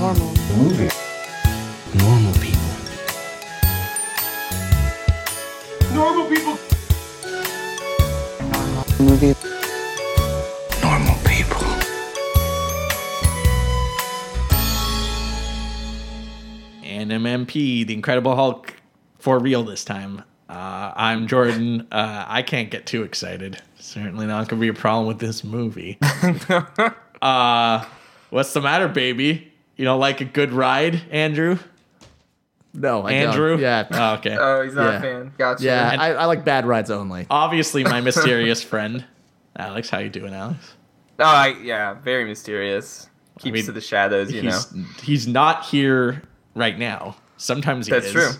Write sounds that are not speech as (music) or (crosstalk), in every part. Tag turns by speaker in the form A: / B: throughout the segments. A: normal.
B: Movie.
C: Normal people.
B: Normal people.
A: Movie.
C: Normal people.
D: and MMP, the Incredible Hulk, for real this time. Uh, I'm Jordan. Uh, I can't get too excited. Certainly not going to be a problem with this
E: (laughs)
D: movie. uh, what's the matter, baby? You don't like a good ride, Andrew?
F: No, I don't.
D: Andrew?
F: Yeah.
D: (laughs) Oh, okay.
E: Oh, he's not
F: Yeah.
E: a fan. Gotcha.
F: yeah, I, I like bad rides only.
D: Obviously,
E: (laughs)
D: my mysterious friend, Alex. How you doing, Alex?
E: Oh, I, yeah. Very mysterious. Keeps
D: mean,
E: to the shadows, you know.
D: he's he's not here right now. Sometimes he
E: That's
D: is.
E: true.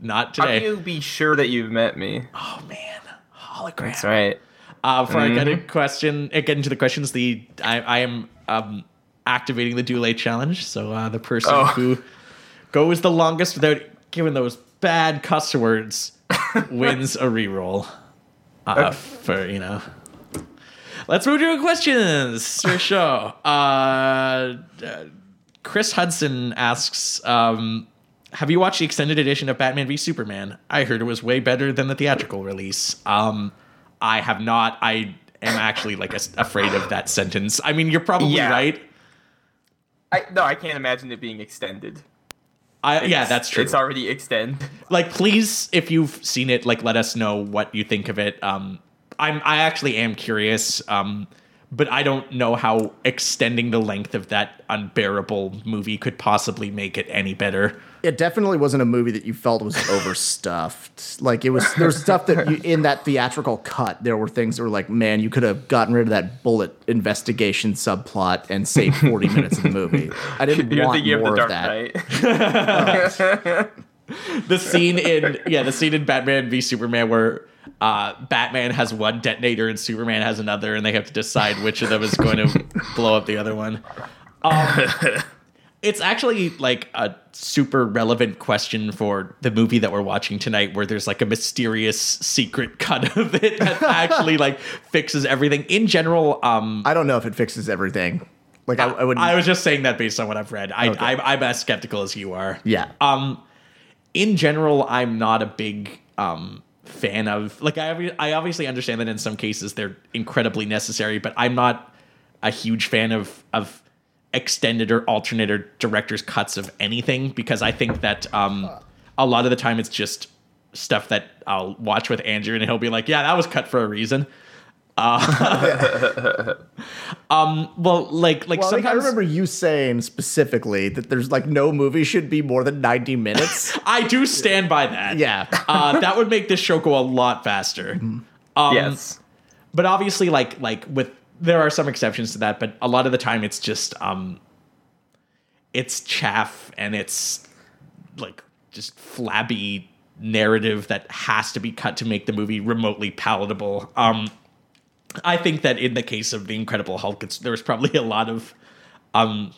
D: Not
E: How
D: today.
E: can you be sure that you've met me?
D: oh man, hologram.
E: That's right.
D: Uh, before I get into question, uh, get into the questions, the I, I am um, activating the Dule challenge. So uh, the person
E: Oh.
D: who goes the longest without giving those bad cuss words wins a reroll. Uh, For you know, let's move to questions
E: (laughs)
D: for show. Uh, uh, Chris Hudson asks. Um, have you watched the extended edition of Batman v Superman? I heard it was way better than the theatrical release. Um, I have not. I am actually like as- afraid of that sentence. I mean, you're probably
E: Yeah.
D: right.
E: I, no, I can't imagine it being extended.
D: I, yeah, that's true.
E: It's already extend.
D: like, please, if you've seen it, like, let us know what you think of it. Um, I'm, I actually am curious. Um, but I don't know how extending the length of that unbearable movie could possibly make it any better.
F: It definitely wasn't a movie that you felt was overstuffed. Like it was, there was stuff that you, in that theatrical cut, there were things that were like, man, you could have gotten rid of that bullet investigation subplot and saved forty minutes of the movie. I
E: (laughs)
F: didn't
E: (laughs) You're
F: want
E: thinking of
F: more
E: the Dark
F: that.
E: Knight. (laughs)
D: the scene in yeah the scene in batman v superman where uh, batman has one detonator and superman has another and they have to decide which of them is going to blow up the other one um, it's actually like a super relevant question for the movie that we're watching tonight where there's like a mysterious secret cut of it that actually like fixes everything in general um,
F: I don't know if it fixes everything. Like I, I would,
D: I was just saying that based on what I've read. I, I'm, I'm as skeptical as you are.
F: yeah.
D: Um, in general, I'm not a big um fan of like I obvi- I obviously understand that in some cases they're incredibly necessary, but I'm not a huge fan of of extended or alternate or director's cuts of anything because I think that um a lot of the time it's just stuff that I'll watch with Andrew and he'll be like, yeah, that was cut for a reason. Uh, (laughs) um, well, like, like
F: well, like, I
D: sometimes
F: remember you saying specifically that there's like no movie should be more than ninety minutes. (laughs)
D: I do stand by that.
F: yeah.
D: uh, that would make this show go a lot faster. Um,
E: yes.
D: But obviously, like like with there are some exceptions to that, but a lot of the time it's just um, it's chaff and it's like just flabby narrative that has to be cut to make the movie remotely palatable. Um, I think that in the case of the Incredible Hulk, it's, there was probably a lot of um,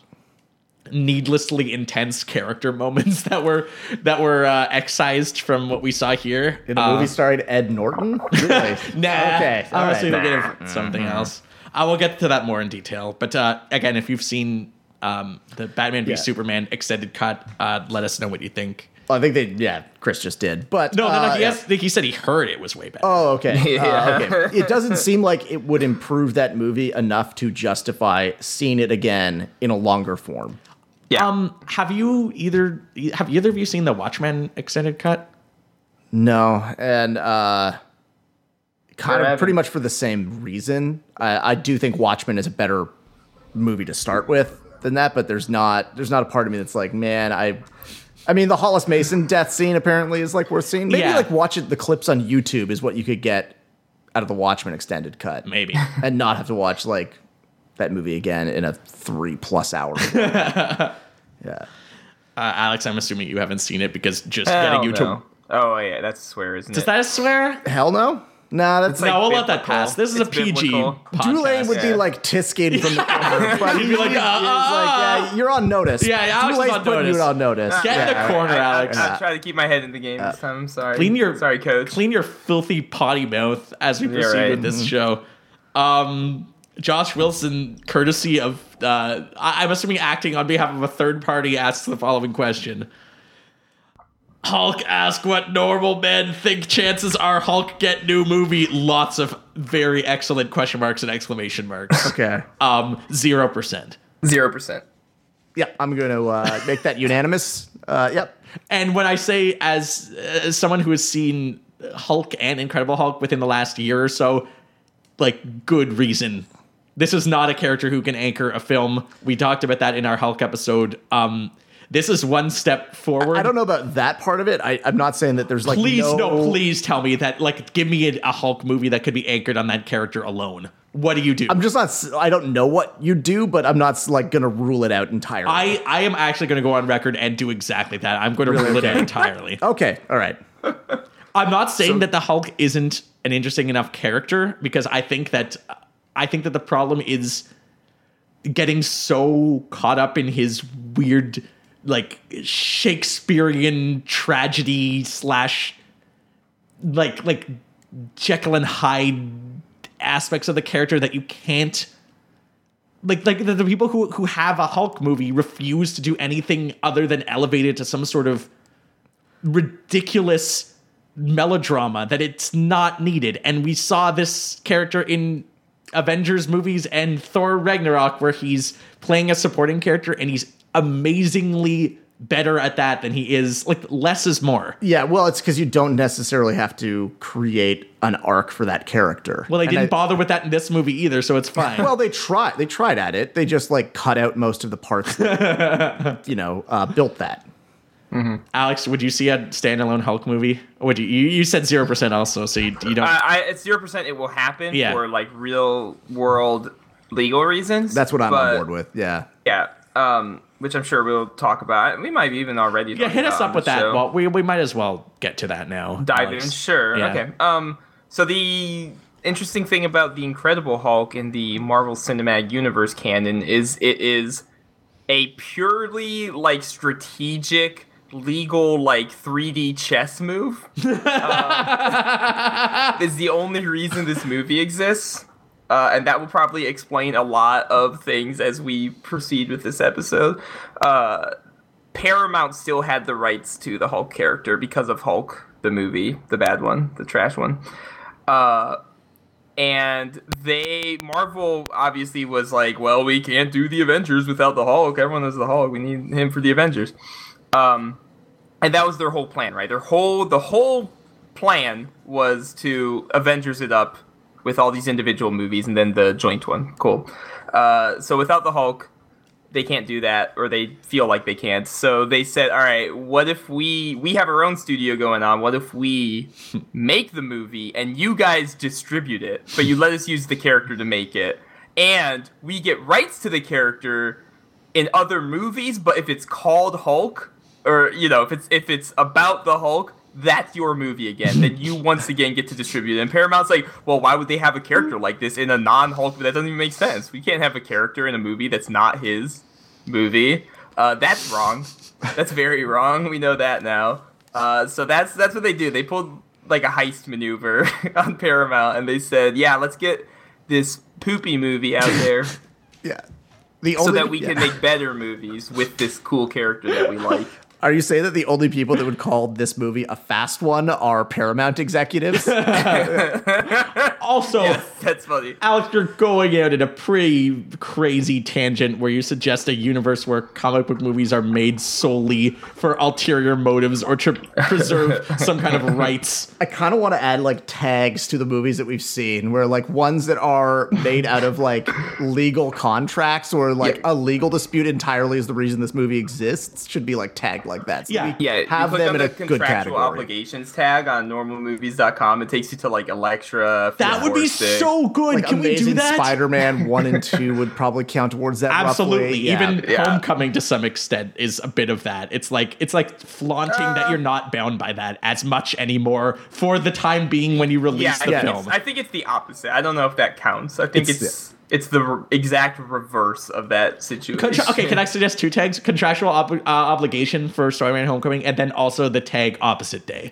D: needlessly intense character moments (laughs) that were that were uh, excised from what we saw here
F: In a
D: Uh,
F: movie starring Ed Norton?
D: (laughs)
F: Really?
D: Nah.
F: Okay. all
D: Honestly,
F: right.
D: we'll get into something else. I will get to that more in detail. But uh, again, if you've seen um, the Batman v
F: Yeah.
D: Superman extended cut, uh, let us know what you think.
F: Well, I think they, yeah, Chris just did. But
D: No, no,
F: uh,
D: no. He,
F: yeah.
D: has, he said he heard it was way better.
F: Oh,
D: (laughs)
F: okay. Uh,
E: Yeah.
F: okay. It doesn't seem like it would improve that movie enough to justify seeing it again in a longer form.
E: Yeah.
D: Um, have you either have either of you seen the Watchmen extended cut?
F: No, and uh, kind
E: Forever.
F: of pretty much for the same reason. I, I do think Watchmen is a better movie to start with than that, but there's not there's not a part of me that's like, man, I. I mean, the Hollis Mason death scene apparently is like worth seeing. Maybe
D: Yeah.
F: like watch it, the clips on YouTube is what you could get out of the Watchmen extended
D: (laughs)
F: cut,
D: Maybe.
F: and not have to watch like that movie again in a three plus hour. (laughs) yeah.
D: Uh, Alex, I'm assuming you haven't seen it because just
E: Hell
D: getting you
E: no.
D: to
E: Oh yeah, that's swear, isn't
D: is
E: it?
D: that a swear?
F: Hell no. Nah, that's
E: It's like
D: no, we'll let that
E: biblical.
D: pass. This is
E: It's
D: a PG
E: biblical.
D: podcast.
F: Dulane would be
E: Yeah.
F: like tisking from
D: (laughs)
F: the corner, but
D: He'd be like,
F: he-
D: "Uh,
F: he's like, yeah, you're on notice.
D: Yeah, yeah, I was
F: Dulane's
D: on
F: putting
D: notice.
F: you on notice.
D: Get in
F: Yeah.
D: the corner,
E: I,
D: Alex. Uh,
E: I, I try to keep my head in the game this time. I'm sorry.
D: clean your
E: sorry, coach.
D: Clean your filthy potty mouth as we
E: You're
D: proceed
E: right.
D: with this show. Um, Josh Wilson, courtesy of, uh, I- I'm assuming acting on behalf of a third party, asks the following question Hulk ask what normal men think chances are Hulk get new movie. Lots of very excellent question marks and exclamation
F: (laughs)
D: marks.
F: Okay.
D: Um, 0%.
E: Zero percent.
F: Yep. I'm going to uh, make that unanimous. Uh, yep.
D: And when I say as, as someone who has seen Hulk and Incredible Hulk within the last year or so, like good reason. This is not a character who can anchor a film. We talked about that in our Hulk episode. Um, this is one step forward.
F: I don't know about that part of it. I, I'm not saying that there's like
D: Please no. please tell me that like give me a, a Hulk movie that could be anchored on that character alone. What do you do?
F: I'm just not. s- I don't know what you do, but I'm not s- like going to rule it out entirely.
D: I I am actually going to go on record and do exactly that. I'm going to rule it out entirely.
F: okay. All right.
D: I'm not saying that the Hulk isn't an interesting enough character because I think that I think that the problem is getting so caught up in his weird like Shakespearean tragedy slash like like Jekyll and Hyde aspects of the character that you can't like like the, the people who who have a Hulk movie refuse to do anything other than elevate it to some sort of ridiculous melodrama that it's not needed. And we saw this character in Avengers movies and Thor Ragnarok, where he's playing a supporting character and he's amazingly better at that than he is. Like, less is more.
F: Yeah. Well, it's because you don't necessarily have to create an arc for that character.
D: Well, they
F: And
D: didn't
F: I-
D: bother with that in this movie either, so it's fine.
F: (laughs) Well, they tried. They tried at it. They just like cut out most of the parts that
E: (laughs)
F: you know uh, built that.
D: Alex, would you see a standalone Hulk movie? Or would you? You, you said zero percent also, so you, you don't.
E: Uh, I, it's zero percent. It will happen
D: Yeah.
E: for like real world legal reasons.
F: That's what I'm
E: but,
F: on board with. Yeah.
E: Yeah. Um, which I'm sure we'll talk about. We might even already.
D: yeah,
E: talked
D: hit us
E: about
D: up
E: on
D: with
E: the
D: that.
E: show.
D: Well, we we might as well get to that now.
E: dive
D: Alex.
E: in. Sure.
D: Yeah.
E: Okay. Um. So the interesting thing about the Incredible Hulk in the Marvel Cinematic Universe canon is it is a purely like strategic, legal, like 3D chess move. Uh, is the only reason this movie exists. Uh, and that will probably explain a lot of things as we proceed with this episode. Uh, Paramount still had the rights to the Hulk character because of Hulk, the movie, the bad one, the trash one. Uh, and they, Marvel obviously was like, well, we can't do the Avengers without the Hulk. Everyone knows the Hulk. We need him for the Avengers. Um, and that was their whole plan, right? Their whole, the whole plan was to Avengers it up with all these individual movies and then the joint one. Cool. Uh, so without the Hulk, they can't do that or they feel like they can't so they said all right what if we we have our own studio going on what if we make the movie and you guys distribute it but you let us use the character to make it and we get rights to the character in other movies but if it's called hulk or you know if it's if it's about the hulk that's your movie again then you once again get to distribute it and paramount's like well why would they have a character like this in a non-hulk that doesn't even make sense we can't have a character in a movie that's not his movie uh, that's wrong that's very wrong we know that now uh, so that's that's what they do they pulled like a heist maneuver (laughs) on paramount and they said yeah let's get this poopy movie out there
F: Yeah. The
E: so
F: only,
E: that we
F: yeah.
E: can make better movies with this cool character that we like
F: Are you saying that the only people that would call this movie a fast one are Paramount
E: (laughs)
F: executives?
D: Also,
E: that's funny
D: Alex, you're going out in a pretty crazy tangent where you suggest a universe where comic book movies are made solely for ulterior motives or to
E: (laughs)
D: preserve some kind of rights.
F: I kind of want to add like tags to the movies that we've seen, where like ones that are made out of like legal contracts or like a legal dispute entirely is the reason this movie exists should be like tagged like that. So
D: Yeah.
F: we
E: Yeah,
F: have
E: you click
F: them
E: on
F: in
E: the
F: a good
E: contractual
F: category.
E: obligations tag on normalmovies.com. It takes you to like Elektra.
D: That would be
E: Fantastic.
D: so good.
F: Like
D: Can we
F: Amazing
D: do that? (laughs)
F: Spider-Man one and two would probably count towards that.
D: Absolutely.
F: roughly. Yeah.
D: Even
E: Yeah.
D: Homecoming to some extent is a bit of that. It's like it's like flaunting
E: Uh.
D: that you're not bound by that as much anymore for the time being when you release
E: Yeah,
D: the
E: yeah,
D: film.
E: it's- I think it's the opposite. I don't know if that counts. I think
F: It's-
E: it's it's, the re- exact reverse of that situation.
D: Contra- okay, can I suggest two tags? Contractual ob- uh, obligation for Spider-Man: Homecoming, and then also the tag opposite day.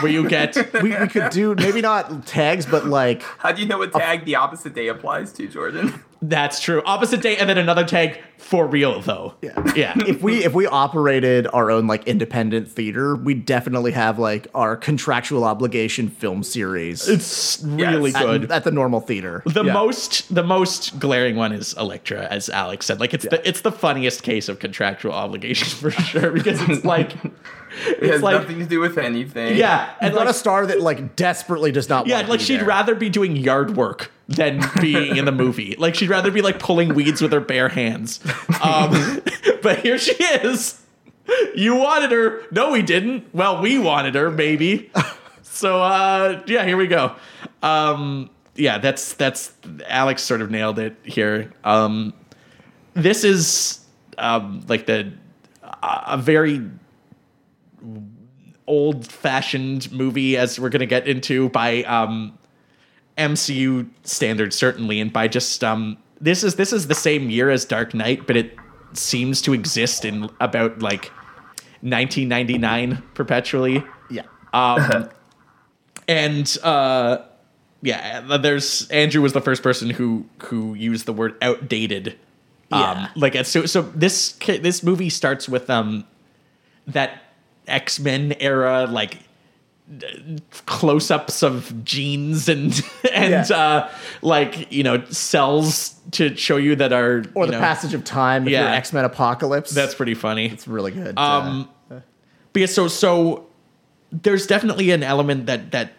D: where you
F: (laughs)
D: get
F: We, we could do maybe not tags, but like
E: (laughs) How do you know what tag the opposite day applies to, Jordan?
D: that's true opposite day and then another tag for real though.
F: Yeah. (laughs)
D: Yeah.
F: if we if we operated our own like independent theater, we'd definitely have like our contractual obligation film series
D: It's really
E: Yes.
D: good.
F: at, at the normal theater.
D: the
F: Yeah.
D: most the most glaring one is Electra, as Alex said. Like it's the it's the funniest case of contractual obligation for sure because
F: (laughs)
D: it's like
E: It has
D: like-
E: nothing to do with anything.
D: yeah, and
F: You've got
D: like,
F: a star that like desperately does not.
D: yeah,
F: want to
D: like
F: be
D: she'd
F: there.
D: rather be doing yard work than being in the
F: (laughs)
D: movie. Like she'd rather be like pulling weeds with her bare hands.
F: (laughs)
D: Um, but here she is. You wanted her. No, we didn't. Well, we wanted her, maybe. So uh yeah, here we go. Um yeah, that's that's Alex sort of nailed it here. Um this is um like the a a very old-fashioned movie as we're going to get into by um MCU standards certainly and by just um this is this is the same year as Dark Knight, but it seems to exist in about like 1999 perpetually
F: Yeah.
D: and uh yeah there's andrew was the first person who who used the word outdated
F: Yeah.
D: um like it's- so so this ki- this movie starts with um that x-men era like d- close-ups of genes and (laughs) and
F: Yeah.
D: uh like you know cells to show you that are
F: Or
D: you
F: the
D: know,
F: passage of time. If
D: Yeah.
F: X Men Apocalypse.
D: that's pretty funny
F: it's really good. uh,
D: um, but yeah, so so there's definitely an element that that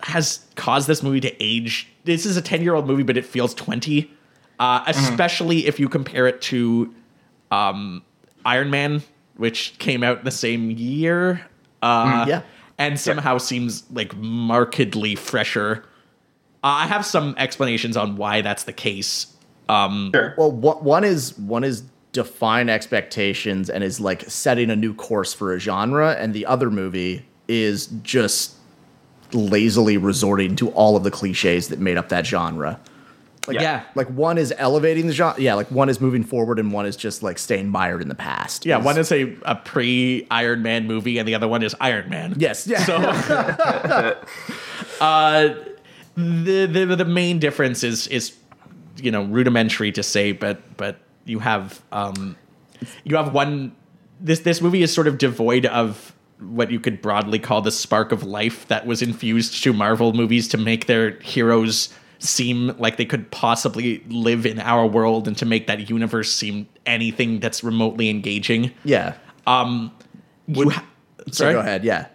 D: has caused this movie to age. This is a ten year old movie, but it feels twenty, uh, especially if you compare it to um, Iron Man, which came out the same year. Uh,
F: uh, yeah.
D: and somehow seems like markedly fresher. Uh, I have some explanations on why that's the case.
E: Mm.
F: Well, what one is one is define expectations and is like setting a new course for a genre, and the other movie is just lazily resorting to all of the cliches that made up that genre.
E: Yeah.
F: Like one is elevating the genre, yeah. Like one is moving forward, and one is just like staying mired in the past.
D: Yeah, one is a, a pre Iron Man movie, and the other one is Iron Man.
F: Yes, yeah.
D: So, uh, the, the the main difference is is you know rudimentary to say, but but you have um, you have one. This this movie is sort of devoid of what you could broadly call the spark of life that was infused to Marvel movies to make their heroes seem like they could possibly live in our world and to make that universe seem anything that's remotely engaging.
F: (laughs) yeah.
D: You ha-
F: So
D: sorry?
F: go ahead, yeah.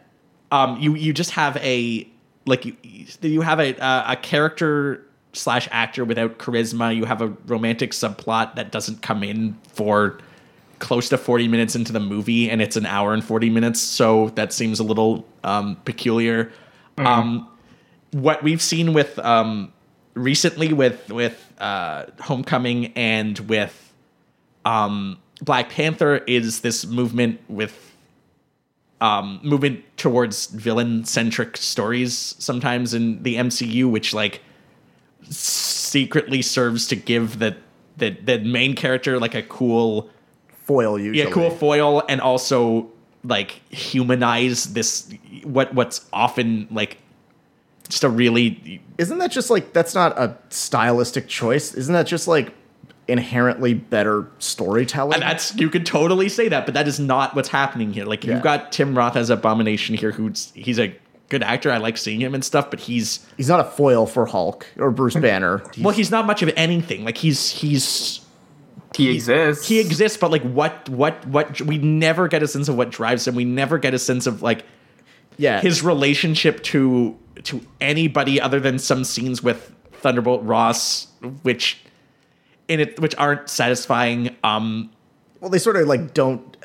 D: um, you you just have a like you you have a uh, a character slash actor without charisma. You have a romantic subplot that doesn't come in for close to 40 minutes into the movie and it's an hour and 40 minutes so that seems a little um, peculiar um, what we've seen with um, recently with with uh, homecoming and with um, black panther is this movement with um, movement towards villain centric stories sometimes in the MCU, which like secretly serves to give the the, the main character like a cool
F: Foil usually.
D: yeah cool foil and also like humanize this what what's often like just a really
F: Isn't that just like that's not a stylistic choice? Isn't that just like inherently better storytelling?
D: And that's you could totally say that, but that is not what's happening here. Like
F: Yeah.
D: you've got Tim Roth as Abomination here, who's he's a good actor. I like seeing him and stuff, but he's
F: He's not a foil for Hulk or Bruce Banner.
D: well, he's not much of anything. Like he's he's
E: He exists.
D: he exists, but like what what what we never get a sense of what drives him. We never get a sense of like
F: yeah,
D: his relationship to to anybody other than some scenes with Thunderbolt Ross, which in it which aren't satisfying. Um
F: well, they sort of like don't.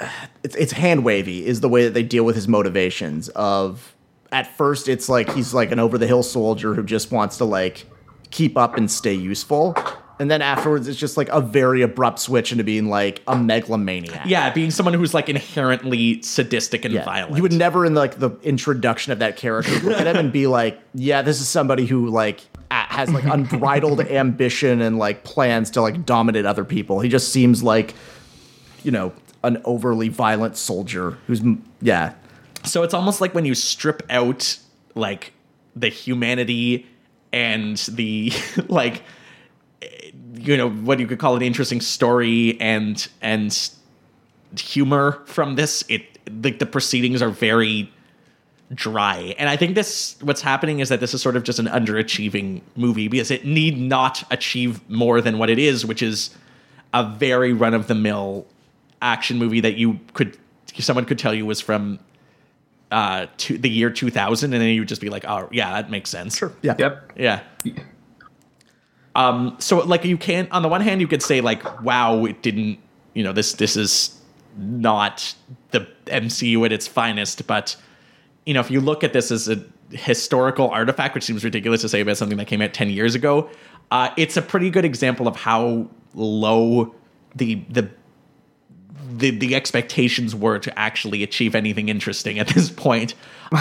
F: It's it's hand wavy is the way that they deal with his motivations. Of at first, it's like he's like an over the hill soldier who just wants to like keep up and stay useful, and then afterwards, it's just like a very abrupt switch into being like a megalomaniac.
D: yeah, being someone who's like inherently sadistic and
F: Yeah.
D: violent.
F: You would never in like the introduction of that character look at him and be like, "Yeah, this is somebody who like a- has
D: (laughs)
F: like unbridled ambition and like plans to like dominate other people." He just seems like, you know, an overly violent soldier who's m- yeah.
D: So it's almost like when you strip out like the humanity and the (laughs) like you know what you could call an interesting story and and humor from this it like the proceedings are very dry and i think this what's happening is that this is sort of just an underachieving movie because it need not achieve more than what it is which is a very run of the mill action movie that you could someone could tell you was from uh to the year 2000 and then you would just be like oh yeah that makes sense
F: Yeah.
E: Yep.
D: yeah. Um. So like you can on the one hand you could say like wow it didn't you know this this is not the MCU at its finest but you know if you look at this as a historical artifact which seems ridiculous to say about something that came out ten years ago uh, it's a pretty good example of how low the the the, the expectations were to actually achieve anything interesting at this point.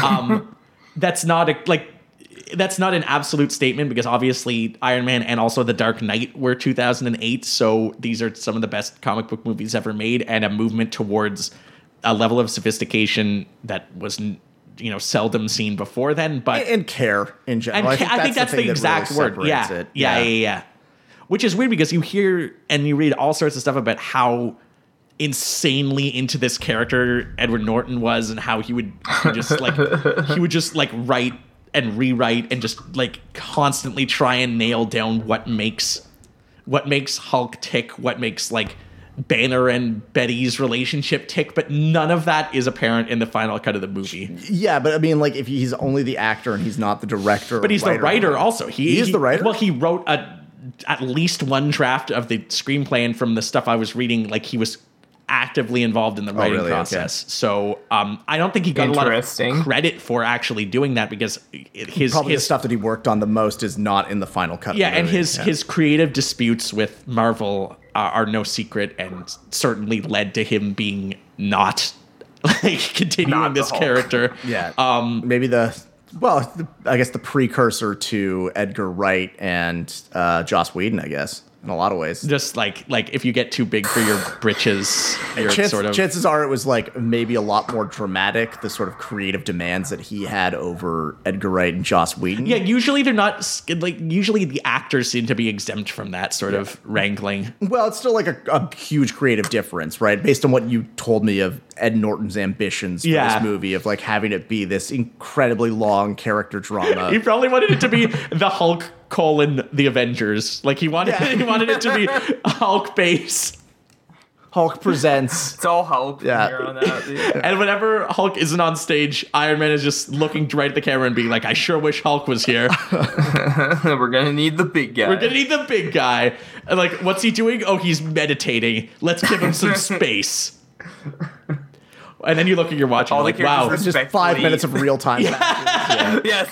D: Um, that's not a like that's not an absolute statement because obviously Iron Man and also The Dark Knight were 2008, so these are some of the best comic book movies ever made and a movement towards a level of sophistication that was you know seldom seen before then, but
F: And care in general.
D: and ca- I think, that's, the,
F: thing that
D: exact
F: really
D: word.
F: separates
D: Yeah.
F: it.
D: yeah, yeah, yeah, yeah. Which is weird because you hear and you read all sorts of stuff about how insanely into this character Edward Norton was, and how he would he just like he would just like write and rewrite and just like constantly try and nail down what makes what makes Hulk tick, what makes like Banner and Betty's relationship tick, but none of that is apparent in the final cut of the movie.
F: Yeah, but I mean, like, if he's only the actor and he's not the director,
D: But he's the writer also. He,
F: He is the writer?
D: Well, he wrote a, at least one draft of the screenplay, and from the stuff I was reading, like he was actively involved in the writing
F: Oh, really? Okay.
D: process. So um, I don't think he got a lot
E: Interesting.
D: of credit for actually doing that because it- his
F: Probably
D: his
F: the stuff that he worked on the most is not in the final cut. of
D: yeah,
F: the
D: and
F: movie.
D: his
F: Yeah.
D: his creative disputes with Marvel uh, are, are no secret, and certainly led to him being not (laughs) like continuing
E: Not the
D: this
E: Hulk.
D: character.
F: (laughs) yeah,
D: Um,
F: maybe the well, the, I guess the precursor to Edgar Wright and uh, Joss Whedon, I guess, in a lot of ways.
D: just like like if you get too big for your britches, you're
F: Chance-
D: sort of
F: Chances are it was like maybe a lot more dramatic, the sort of creative demands that he had over Edgar Wright and Joss Whedon.
D: Yeah, usually they're not s- like usually the actors seem to be exempt from that sort of wrangling.
F: Well, it's still like a, a huge creative difference, right? Based on what you told me of Ed Norton's ambitions for
D: Yeah.
F: this movie, of like having it be this incredibly long character drama.
D: He probably wanted it to be the Hulk colon the Avengers. Like he wanted
F: Yeah.
D: he wanted it to be Hulk base.
F: Hulk
D: (laughs)
F: presents.
E: It's all Hulk.
F: Yeah.
E: Yeah. Here on out, dude.
D: And whenever Hulk isn't on stage, Iron Man is just looking right at the camera and being like, "I sure wish Hulk was
E: (laughs)
D: here.
E: We're gonna need the big guy.
D: We're gonna need the big guy." And like, what's he doing? Oh, he's meditating. Let's give him
E: (laughs)
D: some space. And then you look at your watch and
E: All
D: you're
E: the
D: like, "Wow,
F: It's just five
E: Respectfully.
F: minutes of
D: (laughs)
F: real time.
E: (laughs) yes.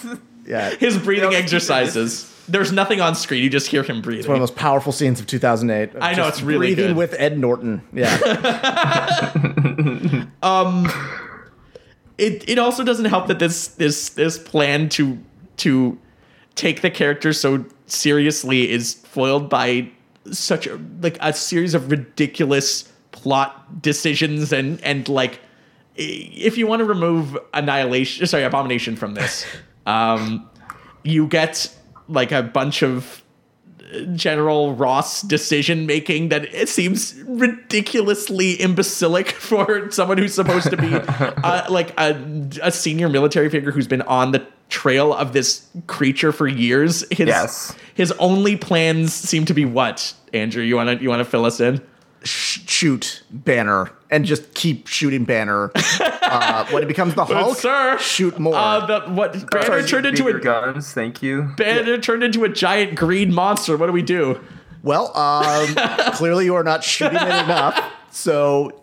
F: yeah. It's
D: his breathing
E: They don't
D: exercises. There's nothing on screen. You just hear him breathing.
F: one of the most powerful scenes of 2008. of
D: I know,
F: just
D: it's really
F: breathing
D: good.
F: with Ed Norton.
D: (laughs)
F: Yeah,
D: it it also doesn't help that this this this plan to to take the character so seriously is foiled by such a, like a series of ridiculous plot decisions and and like i- if you want to remove annihilation sorry abomination from this um you get like a bunch of uh, General Ross decision making that it seems ridiculously imbecilic (laughs) for someone who's supposed to be uh, like a, a senior military figure who's been on the trail of this creature for years. His,
E: Yes.
D: His only plans seem to be what Andrew. You wanna you wanna fill us in?
F: Sh- shoot Banner and just keep
D: (laughs)
F: shooting Banner. Uh, when it becomes the Hulk,
D: sir,
F: shoot more.
D: Uh, the what Banner turned into
E: Bigger
D: a
E: guns. Thank you. (laughs)
D: Banner turned into a giant green monster. What do we do?
F: Well,
D: (laughs)
F: um, clearly you are not shooting it enough. So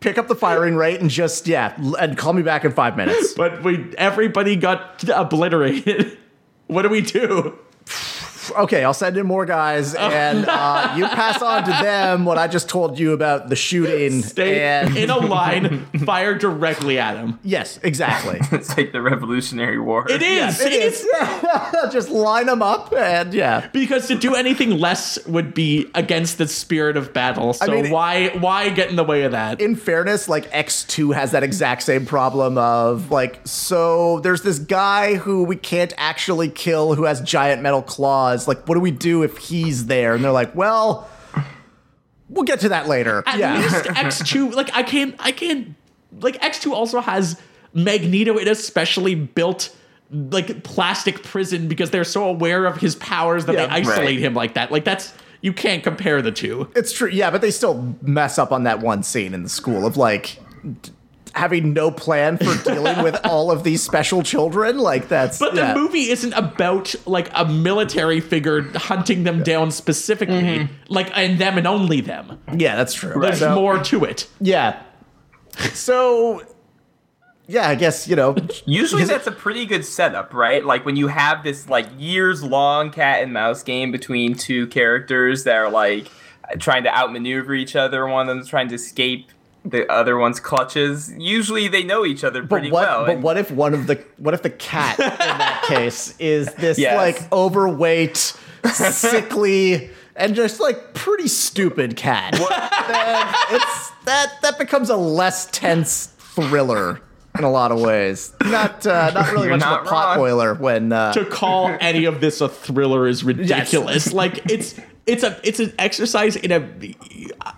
F: pick up the firing rate and just, yeah, l- and call me back in five minutes.
D: (laughs) But we everybody got obliterated. what do we do?
F: okay, I'll send in more guys,
D: Oh,
F: and uh, you pass on to them what I just told you about the shooting.
D: Stay
F: and
D: in a line, fire directly at him.
F: yes,
D: (laughs)
F: exactly.
E: It's like the Revolutionary War.
D: It is.
F: It is. (laughs) just line them up, and yeah.
D: Because to do anything less would be against the spirit of battle. So
F: mean-
D: why why get in the way of that?
F: in fairness, like X2 has that exact same problem of like, so there's this guy who we can't actually kill who has giant metal claws. Like, what do we do if he's there? And they're like, well, we'll get to that later.
D: At
F: yeah.
D: least
F: (laughs)
D: X2, like I can't I can't like X2 also has Magneto in a specially built like plastic prison because they're so aware of his powers that
F: Yeah,
D: they isolate
E: right.
D: him like that. Like that's you can't compare the two.
F: It's true. Yeah, but they still mess up on that one scene in the school of like d- having no plan
D: (laughs)
F: for dealing with all of these special children. Like, that's.
D: But
F: yeah.
D: the movie isn't about like a military figure hunting them down specifically,
F: Mm-hmm.
D: like and them and only them.
F: Yeah, that's true.
D: There's
F: So-
D: more to it.
F: Yeah. So. Yeah, I guess, you know,
E: Usually that's a pretty good setup, right? Like when you have this like years long cat and mouse game between two characters that are like trying to outmaneuver each other, one of them's trying to escape the other one's clutches. Usually they know each other pretty
F: But what?
E: well.
F: but
E: and-
F: what if one of the what if the cat in that case is this
E: Yes.
F: like overweight, sickly, and just like pretty stupid cat? Then it's that that becomes a less tense thriller in a lot of ways. Not uh, not really
E: You're
F: much
E: not
F: of a pot
E: wrong.
F: boiler when uh,
D: to
F: (laughs)
D: call any of this a thriller is ridiculous. Like it's it's a it's an exercise in a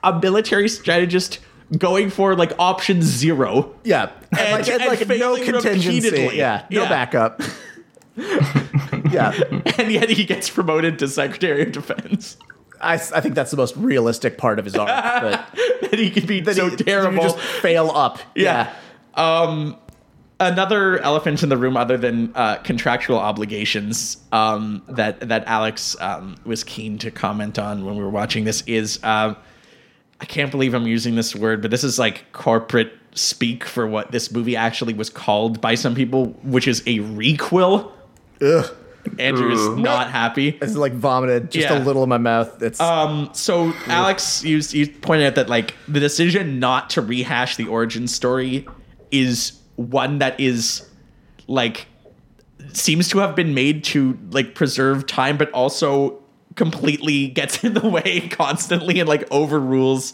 D: a military strategist going for like option zero. (laughs)
F: yeah,
D: And-
F: like, and,
D: and
F: like no
D: failing
F: contingency.
D: repeatedly.
F: Yeah, no
D: Yeah.
F: backup. yeah.
D: And yet he gets promoted to Secretary of Defense. (laughs)
F: I, I think that's the most realistic part of his arc. But
D: That he could be (laughs) so
F: you-
D: terrible.
F: You just fail up.
D: Yeah. Um, another elephant in the room, other than uh, contractual obligations, um, that that Alex um, was keen to comment on when we were watching this is um I can't believe I'm using this word, but this is like corporate speak for what this movie actually was called by some people, which is a requel.
F: Ugh.
D: Andrew is
E: Ooh.
D: not happy.
F: It's like vomited just
D: Yeah.
F: a little in my mouth. It's
D: Um, so Alex, you you pointed out that like the decision not to rehash the origin story is one that is like seems to have been made to like preserve time, but also completely (laughs) gets in the way constantly and like overrules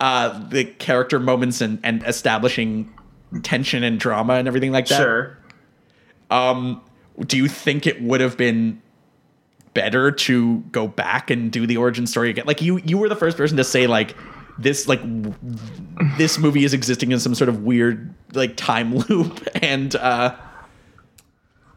D: uh the character moments and and establishing tension and drama and everything like that.
E: sure.
D: Um, do you think it would have been better to go back and do the origin story again? Like you, you were the first person to say like this, like w- this movie is existing in some sort of weird like time (laughs) loop, and uh,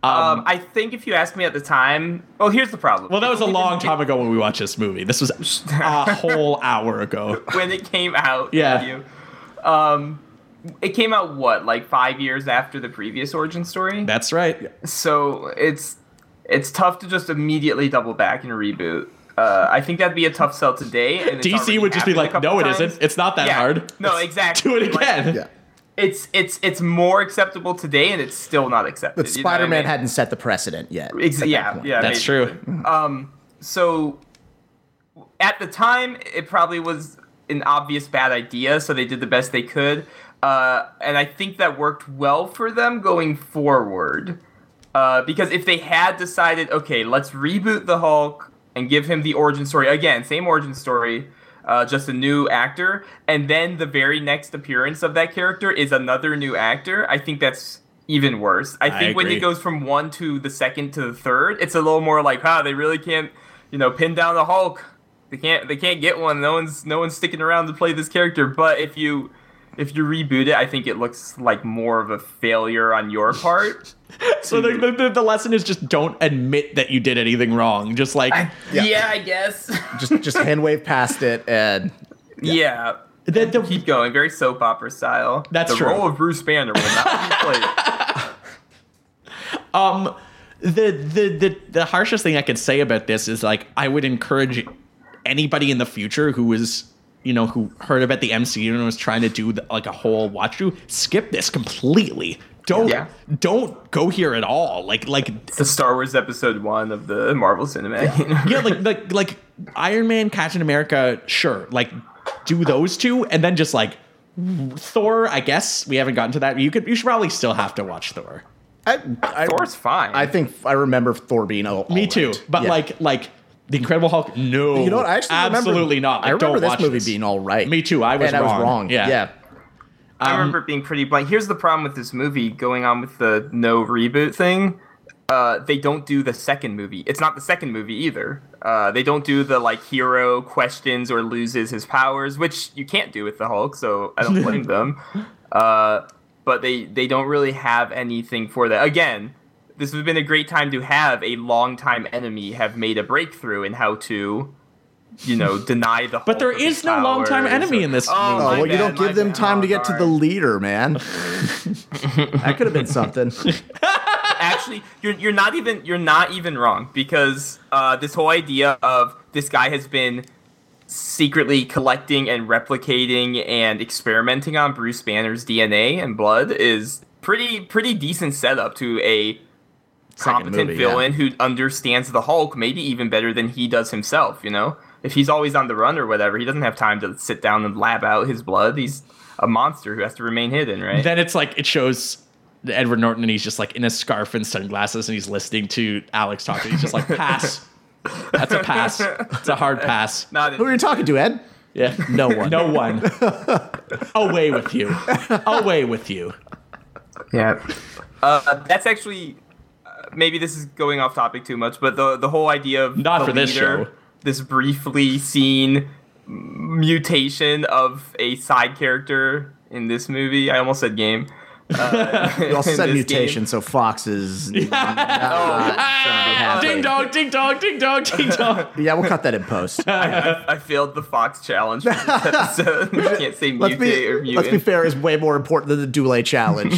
E: Um, I think if you asked me at the time, well, here's the problem.
D: well, that was a long time ago when we watched this movie. This was (laughs) a whole hour ago.
E: (laughs) when it came out.
D: Yeah.
E: thank you. Um, it came out what, like five years after the previous origin story.
D: That's right.
E: so it's it's tough to just immediately double back and reboot. Uh, I think that'd be a tough sell today. And it's already
D: DC would just be
E: happened a
D: like,
E: couple
D: "No, it
E: times."
D: isn't. It's not that
E: Yeah.
D: hard.
E: No, exactly.
D: Do it
E: Like,
D: again."
F: yeah.
E: it's it's it's more acceptable today, and it's still not accepted.
F: But
E: you know what I
F: Spider Man
E: mean?
F: hadn't set the precedent yet.
E: Ex-
F: at that
E: yeah,
F: point.
E: yeah,
D: That's
E: maybe.
D: true.
E: So at the time, it probably was an obvious bad idea. So they did the best they could, uh, and I think that worked well for them going forward. Uh, because if they had decided, okay, let's reboot the Hulk and give him the origin story again, same origin story, uh, just a new actor, and then the very next appearance of that character is another new actor, I think that's even worse. I think when
D: agree.
E: it goes from one to the second to the third, it's a little more like, huh, they really can't, you know, pin down the Hulk. They can't. They can't get one. No one's. No one's sticking around to play this character. But if you, if you reboot it, I think it looks like more of a failure on your part.
D: So the, the- the, the lesson is just don't admit that you did anything wrong. Just like
F: Yeah.
E: I guess.
F: Just just hand wave past it and
E: (laughs) yeah.
D: the, the,
E: Keep going, very soap opera style.
D: That's
E: the
D: true.
E: role of Bruce Banner will not
D: (laughs)
E: be played.
D: um the, the the the harshest thing i could say about this is like i would encourage anybody in the future who is you know who heard about the mcu and was trying to do the, like a whole watch through skip this completely don't
E: Yeah.
D: don't go here at all. Like like
E: It's the Star Wars episode one of the Marvel Cinematic Universe.
D: yeah, like like like Iron Man, Captain America, sure. Like do those two and then just like Thor, I guess. We haven't gotten to that. You could you should probably still have to watch Thor.
F: I, I,
E: Thor's fine.
F: I think I remember Thor being all, all
D: Me too.
F: right.
D: But
F: Yeah.
D: like like the Incredible Hulk, no.
F: you know what? I actually remember-
D: absolutely not. Like,
F: I remember
D: don't
F: this
D: watch
F: movie being all right.
D: Me too. I was
F: and
D: wrong.
F: I was wrong. Yeah.
E: I
D: Um,
E: remember it being pretty blank. Here's the problem with this movie going on with the no reboot thing. Uh, they don't do the second movie. It's not the second movie either. Uh, they don't do the like hero questions or loses his powers, which you can't do with the Hulk, so I
D: (laughs)
E: don't blame them. Uh, but they they don't really have anything for that. Again, this would have been a great time to have a longtime enemy have made a breakthrough in how to,
D: (laughs)
E: you know, deny the. Hulk
D: But there
E: of
D: is
E: his
D: no longtime
E: powers
D: enemy
E: or-
D: in this
E: Oh,
D: movie.
F: Oh,
E: my
F: well, you
E: bad,
F: don't
E: my
F: give them
E: bad,
F: time to get to
E: sorry.
F: the leader,
E: (laughs)
F: man. that could have been something.
E: actually you're, you're not even you're not even wrong because uh, this whole idea of this guy has been secretly collecting and replicating and experimenting on Bruce Banner's DNA and blood is pretty pretty decent setup to a competent
F: movie, yeah.
E: villain who understands the Hulk maybe even better than he does himself, you know? If he's always on the run or whatever, he doesn't have time to sit down and lab out his blood. He's a monster who has to remain hidden, right?
D: then it's like it shows Edward Norton and he's just like in a scarf and sunglasses and he's listening to Alex talk and he's just like pass. That's a pass. It's a hard pass.
E: Not
F: Who are you talking to, Ed?
D: Yeah.
F: No one.
D: No one. Away with you. Away with you.
E: Yeah. Uh, that's actually uh, maybe this is going off topic too much, but the the whole idea of
D: Not
E: the
D: for this
E: leader,
D: show.
E: this briefly seen mutation of a side character in this movie. I almost said game. Uh,
F: (laughs) You all
E: (laughs) in
F: said
E: this
F: mutation,
E: game.
F: so
D: (laughs)
F: Fox is.
D: Ah, ding dong, ding dong, ding dong, ding dong. (laughs)
F: Yeah, we'll cut that in post.
E: I failed the Fox challenge. For this episode. (laughs) You can't say
F: Let's
E: mutate
F: be,
E: or
F: let's be
E: mutant.
F: fair, is way more important than the Dule
E: (laughs)
F: challenge.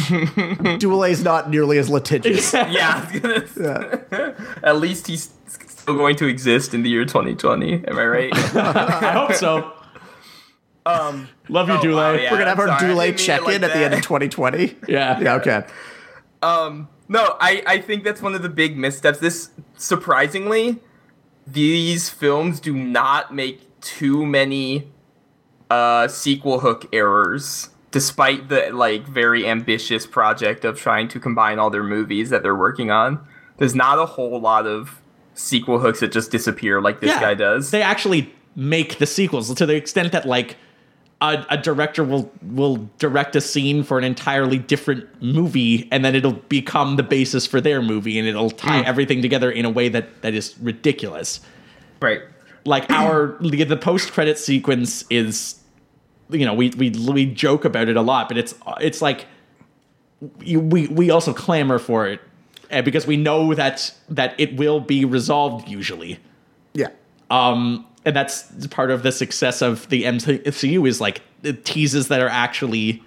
F: Dule is not nearly as litigious.
E: yeah, I was gonna- (laughs) at least he's still going to exist in the year 2020. Am
F: (laughs)
E: I right?
D: I hope so.
E: Um,
D: Love you,
E: Oh,
D: Dule.
E: wow, yeah.
F: We're going to have our
E: I'm sorry, I
F: Dule
E: didn't mean it
F: check in
E: like
F: at the end
E: that.
F: of
E: (laughs)
F: 2020.
D: Yeah.
F: Yeah, okay.
E: Um, no, I, I think that's one of the big missteps. This surprisingly, these films do not make too many uh, sequel hook errors, despite the like very ambitious project of trying to combine all their movies that they're working on. There's not a whole lot of sequel hooks that just disappear like this guy does.
D: They actually make the sequels to the extent that like a, a director will will direct a scene for an entirely different movie and then it'll become the basis for their movie and it'll
E: Mm.
D: tie everything together in a way that that is ridiculous.
E: right.
D: Like
E: (clears throat)
D: our the, the post credit sequence is you know, we, we we joke about it a lot, but it's it's like you, we we also clamor for it eh, because we know that that it will be resolved usually
F: Yeah.
D: um and that's part of the success of the MCU is like the teases that are actually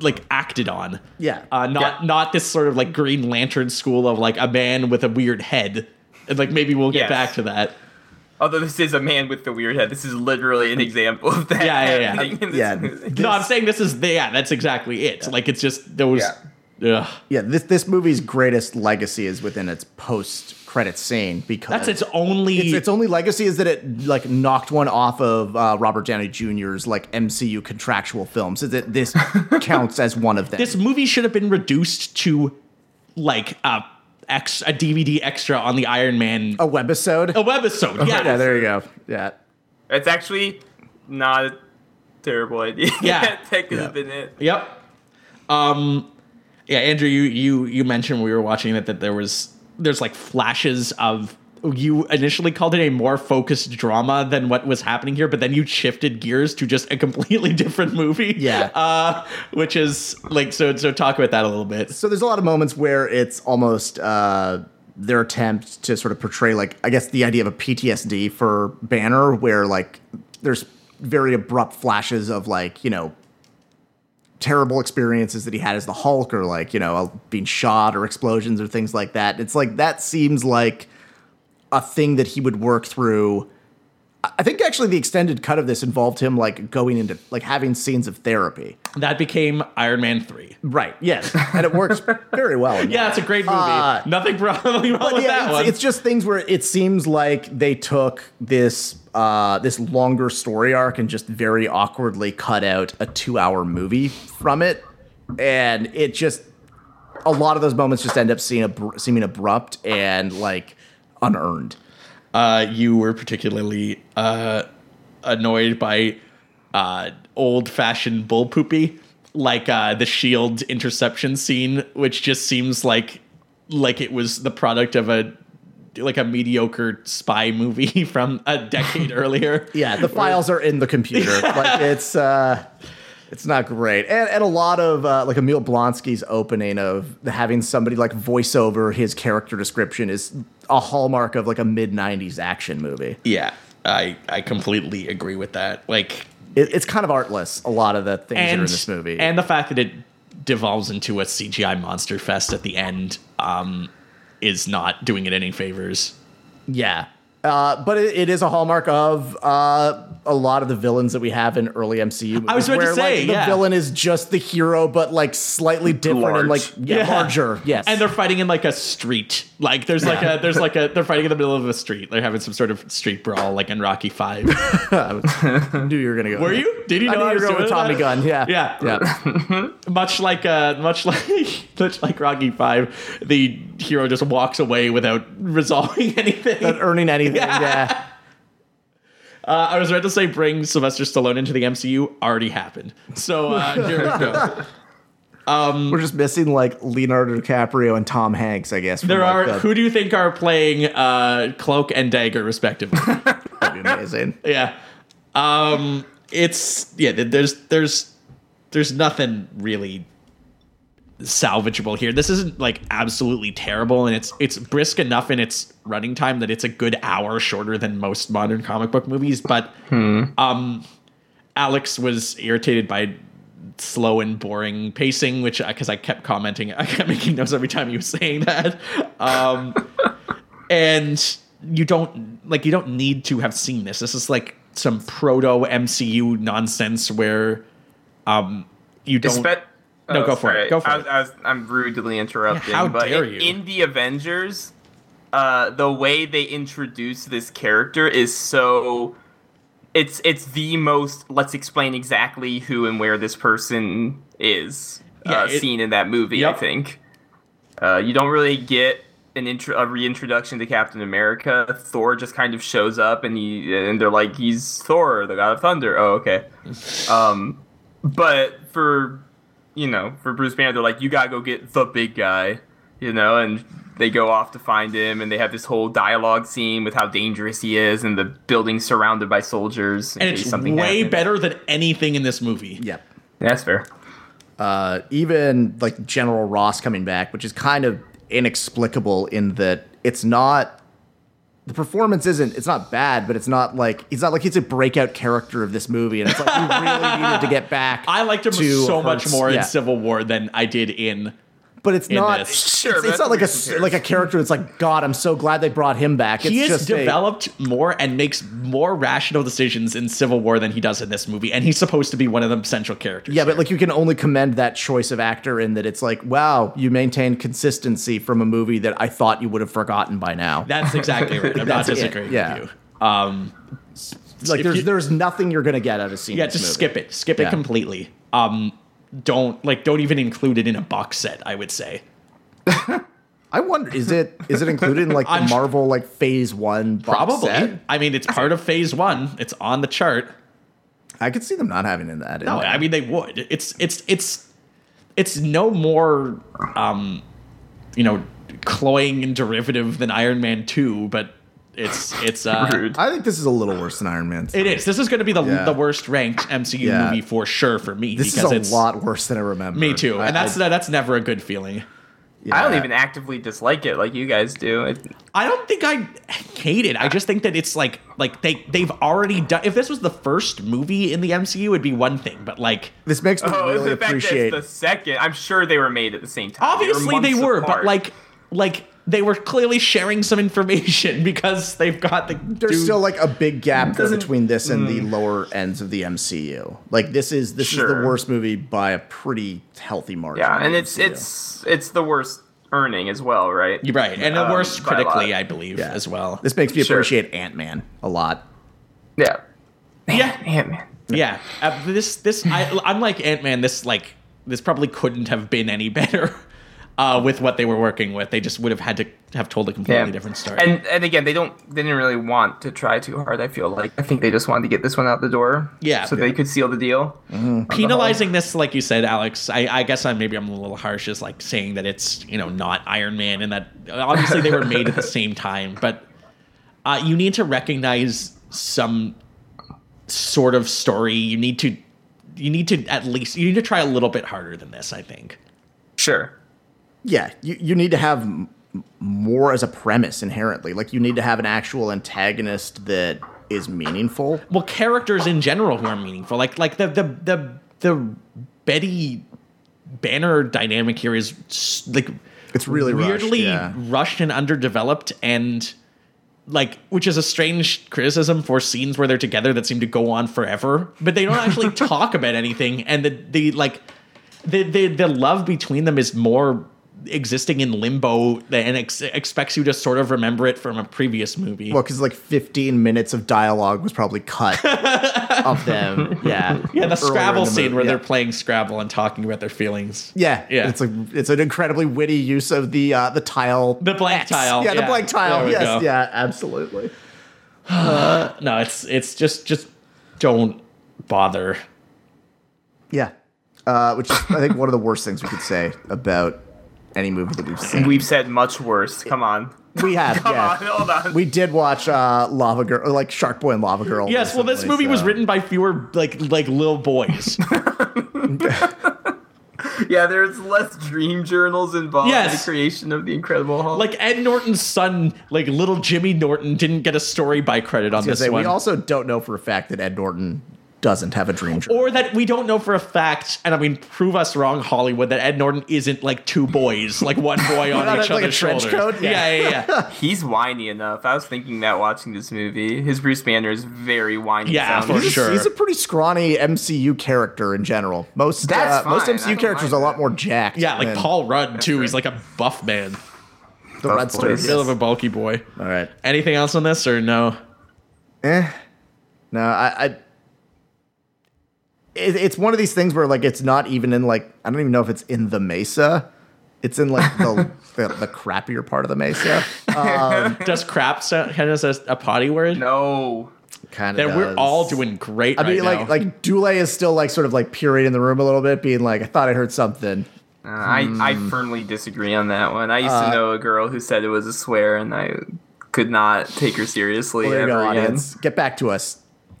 D: like acted on
F: Yeah.
D: uh not
E: Yeah.
D: not this sort of like green lantern school of like a man with a weird head and like maybe we'll get
E: Yes.
D: back to that
E: Although this is a man with the weird head, this is literally
D: (laughs)
E: an example of that.
D: Yeah, yeah, yeah.
E: happening in this
F: Yeah.
E: movie.
D: no i'm saying this is the, yeah that's exactly it like it's just those Ugh.
F: Yeah, this this movie's greatest legacy is within its post credit scene because
D: that's its only
F: its, its only legacy is that it like knocked one off of uh, Robert Downey Jr.'s like MCU contractual films. So that
E: (laughs)
F: this counts as one of them.
D: this movie should have been reduced to like a ex a dvd extra on the iron man
F: a webisode.
D: a webisode Oh, yeah
F: yeah, there you go. Yeah,
E: It's actually not a terrible idea. (laughs)
D: Yeah.
E: that could have been it.
D: Yep. Um, yeah, Andrew, you you you mentioned when we were watching that that there was there's like flashes of you initially called it a more focused drama than what was happening here, but then you shifted gears to just a completely (laughs) different movie.
F: Yeah.
D: Uh, which is like so so talk about that a little bit.
F: so there's a lot of moments where it's almost uh, their attempt to sort of portray like I guess the idea of a PTSD for Banner, where like there's very abrupt flashes of like you know terrible experiences that he had as the Hulk, or like you know uh, being shot or explosions or things like that. It's like that seems like a thing that he would work through. uh, I think actually the extended cut of this involved him like going into like having scenes of therapy.
D: That became Iron Man 3.
F: Right. Yes. (laughs) And it works very well. in
D: Yeah,
F: that.
D: it's a great movie.
F: Uh,
D: Nothing (laughs) probably wrong with
F: yeah,
D: that
F: it's,
D: one.
F: it's just things where it seems like they took this uh, this longer story arc and just very awkwardly cut out a two hour movie from it, and it just a lot of those moments just end up seeing abr- seeming abrupt and like unearned.
D: uh, you were particularly uh, annoyed by uh, old-fashioned bull poopy, like uh, the shield interception scene, which just seems like like it was the product of a like a mediocre spy movie (laughs) from a (laughs) decade earlier.
F: Yeah, the files are in
D: (laughs)
F: the computer. like it's uh it's not great. And and a lot of uh, like Emil Blonsky's opening of having somebody like voice over his character description is a hallmark of like a mid 90s action movie.
D: Yeah, I I completely agree with that. Like
F: It, it's kind of artless a lot of the things that are in this movie.
D: And the fact that it devolves into a CGI monster fest at the end um, is not doing it any favors.
F: yeah. Uh, but it, it is a hallmark of uh, a lot of the villains that we have in early MCU movies.
D: I was about to
F: where,
D: say,
F: like, the
D: yeah.
F: villain is just the hero, but like slightly different and like
E: Large.
F: yeah, larger. Yes,
D: And they're fighting in like a street. Like there's like a there's like a they're fighting in the middle of a street. They're having some sort of street brawl like in Rocky
F: (laughs)
D: 5.
F: knew you were gonna go.
D: Were
F: there.
D: you? Did you
F: I
D: know
F: knew
D: I
F: you were
D: was
F: going
D: doing
F: with Tommy
D: that?
F: Gunn. Yeah.
D: (laughs) Yeah.
F: Yeah.
D: (laughs) Much like uh much (laughs) like much like Rocky 5, the hero just walks away without (laughs) resolving anything.
F: Not earning anything. Yeah.
D: Uh, I was about to say bring Sylvester Stallone into the MCU already happened. So
F: (laughs)
D: uh, here we
F: Oh
D: go.
F: We're just missing like Leonardo DiCaprio and Tom Hanks, I guess. from,
D: There
F: like,
D: are
F: the-
D: who do you think are playing uh, Cloak and Dagger respectively?
F: that'd be
D: (laughs)
F: amazing.
D: yeah, um, it's yeah. th- There's there's there's nothing really salvageable here. This isn't like absolutely terrible, and it's it's brisk enough in its running time that it's a good hour shorter than most modern comic book movies. But um, Alex was irritated by slow and boring pacing, which because I kept commenting, (laughs) I kept making notes every time he was saying that. Um, and you don't like you don't need to have seen this. This is like some proto MCU nonsense where um you don't.
E: Espe- oh,
D: No, go for it. Go for
E: I,
D: it.
E: was- I was, I'm rudely interrupting.
D: Yeah, how
E: but
D: dare
E: in,
D: you.
E: in the Avengers, uh, the way they introduce this character is so. It's it's the most. Let's explain exactly who and where this person is
D: Yeah,
E: uh,
D: it-
E: seen in that movie.
D: Yep.
E: I think uh, you don't really get an intro, a reintroduction to Captain America. Thor just kind of shows up, and he and they're like, he's Thor, the God of Thunder. Oh, okay. Um, but for you know, for Bruce Banner, they're like, you gotta go get the big guy, you know, and they go off to find him, and they have this whole dialogue scene with how dangerous he is, and the building surrounded by soldiers. in
D: and
E: case
D: it's
E: something
D: way
E: happened.
D: better than anything in this movie.
F: Yep.
E: That's fair.
F: Uh, even like General Ross coming back, which is kind of inexplicable in that it's not the performance isn't it's not bad, but it's not like it's not like he's a breakout character of this movie, and it's like
D: (laughs)
F: we really needed to get back.
D: I liked him
F: to
D: so
F: her-
D: much more
F: yeah.
D: in Civil War than I did in.
F: but it's
D: in
F: not.
D: this.
F: Sure,
E: Sure,
F: it's,
E: but
F: it's not like a s-
E: that's what it
F: like a
E: compares.
F: character. It's like God, I'm so glad they brought him back. It's
D: He has
F: just a-
D: developed more and makes more rational decisions in Civil War than he does in this movie, and he's supposed to be one of the central characters.
F: Yeah, but like you can only commend that choice of actor in that it's like, wow, you maintained consistency from a movie that I thought you would have forgotten by now.
D: that's exactly right. I'm not
F: (laughs) That's it,
D: disagreeing
F: yeah.
D: with you. Um,
F: like
D: if
F: there's
D: you-
F: there's nothing you're gonna get out of seeing.
D: yeah,
F: this
D: just
F: movie.
D: skip it, skip
F: Yeah.
D: it completely. Um, don't like, don't even include it in a box set. I would say.
F: I wonder is it is it included in
D: (laughs)
F: like the
D: I'm-
F: Marvel like Phase One box
D: Probably.
F: set?
D: I mean, it's part of phase one. It's on the chart.
F: I could see them not having in that. in
D: No,
F: there.
D: I mean they would. It's it's it's it's no more um you know cloying and derivative than Iron Man 2, but it's it's uh
E: (laughs) Rude.
F: I think this is a little worse than Iron Man.
D: it is. This is going to be the
F: Yeah.
D: the worst ranked MCU
F: Yeah.
D: movie for sure for me
F: This is
D: because
F: a
D: it's
F: lot worse than I remember.
D: me too.
F: I-
D: And that's
F: I-
D: that's never a good feeling.
E: I don't
F: yeah.
E: even actively dislike it like you guys do. It,
D: I don't think I hate it. I just think that it's like like they they've already done if this was the first movie in the MCU it'd be one thing, but like
F: This makes me
D: (laughs)
E: oh,
F: really
E: the fact that
F: appreciate.
E: it's the second. I'm sure they were made at the same time.
D: obviously they
E: months
D: were but
E: apart.
D: like like they were clearly sharing some information (laughs) because they've got the.
F: There's
D: dude-
F: still like a big gap
E: Doesn't-
F: between this and the lower ends of the MCU. Like this is this is
E: Sure.
F: the worst movie by a pretty healthy margin.
E: Yeah,
F: in
E: and
F: the
E: it's
F: MCU.
E: it's it's the worst earning as well, right?
D: You're right, and the
E: Um,
D: worst
E: by a lot.
D: critically, I believe,
F: Yeah.
D: as well.
F: This makes me
E: Sure.
F: appreciate Ant Man a lot.
E: Yeah.
D: yeah,
E: Man, man.
D: yeah. Uh, this this I, unlike Ant Man, this like this probably couldn't have been any (laughs) better uh, with what they were working with. They just would have had to have told a completely
E: Yeah.
D: different story.
E: And and again, they don't they didn't really want to try too hard. I feel like I think they just wanted to get this one out the door.
D: Yeah.
E: So they could seal the deal.
D: penalizing this, like you said, Alex. I, I guess I maybe I'm a little harsh, is like saying that it's you know not Iron Man, and that obviously they were made at the same time, but uh, you need to recognize some sort of story. You need to you need to at least you need to try a little bit harder than this. I think.
E: Sure.
F: Yeah, you you need to have m- more as a premise inherently. Like you need to have an actual antagonist that is meaningful.
D: well characters in general who are meaningful like like the the the the betty banner dynamic here is s- like
F: It's really rushed,
D: weirdly
F: yeah.
D: rushed and underdeveloped and like which is a strange criticism for scenes where they're together that seem to go on forever but they don't
F: (laughs)
D: actually talk about anything and the the like the the, the love between them is more existing in limbo and ex- expects you to sort of remember it from a previous movie
F: Well, because like 15 minutes of dialogue was probably cut of them. Yeah,
D: Yeah, the
F: Earlier in
D: Scrabble
F: the
D: scene
F: movie,
D: where
F: yeah.
D: they're playing Scrabble and talking about their feelings.
F: Yeah,
D: Yeah.
F: It's like it's an incredibly witty use of the uh, the tile,
D: The blank tile.
F: Yeah, the blank
D: There
F: tile.
D: we
F: Yes,
D: go.
F: yeah, absolutely.
D: No, it's it's just just don't bother.
F: Yeah, uh, which is I think one of the worst things we could say about any movie that we've seen.
E: We've said much worse. Come on.
D: (laughs)
F: We have,
E: Come
F: yeah.
E: on, hold on. (laughs)
F: We did watch uh, Lava Girl, or like Shark Boy and Lava Girl.
D: Yes, well, this
F: recently,
D: movie was
F: so-
D: written by fewer like like little
F: (laughs)
D: boys.
E: Yeah, there's less dream journals involved in the
D: Yes.
E: creation of the Incredible Hulk.
D: like Ed Norton's son, like little Jimmy Norton, didn't get a story by credit on
F: I was
D: this
F: gonna say,
D: one.
F: we also don't know for a fact that Ed Norton doesn't have a dream job.
D: or that we don't know for a fact, and I mean, prove us wrong, Hollywood, that Ed Norton isn't like two boys, like
F: (laughs)
D: one boy on
F: Not
D: each
F: like a
D: other's
F: trench
D: shoulders.
F: coat? Yeah.
D: Yeah, yeah, yeah.
F: (laughs)
E: he's whiny enough. I was thinking that watching this movie. His Bruce Banner is very whiny.
D: Yeah,
E: sounding.
D: for sure.
F: He's a pretty scrawny MCU character in general. Most
E: That's
F: uh, most
E: fine. I
F: MCU
E: don't
F: characters are a
E: mind
F: lot
E: that.
F: more jacked.
D: Yeah, like
F: than
D: Paul Rudd too. He's like a buff man,
F: the Red
E: boys.
F: Stars.
D: still of a bulky boy.
F: All right.
D: Anything else on this or
F: (laughs)
D: no?
F: Eh. No, I. I it, it's one of these things where like it's not even in like I don't even know if it's in the Mesa. It's in like
D: (laughs)
F: the the, the crappier part of the Mesa.
D: Does crap sound kind of as a potty word?
E: No.
F: Kind of.
D: Then we're all doing great.
F: I mean,
D: right now.
F: like like Dule is still like sort of like peering in the room a little bit, being like, "I thought I heard something."
E: Uh, I, I firmly disagree on that one. I used to know a girl who said it was a swear, and I could not take her seriously
F: Well, there you
E: ever
F: go,
E: again.
F: audience. Get back to us.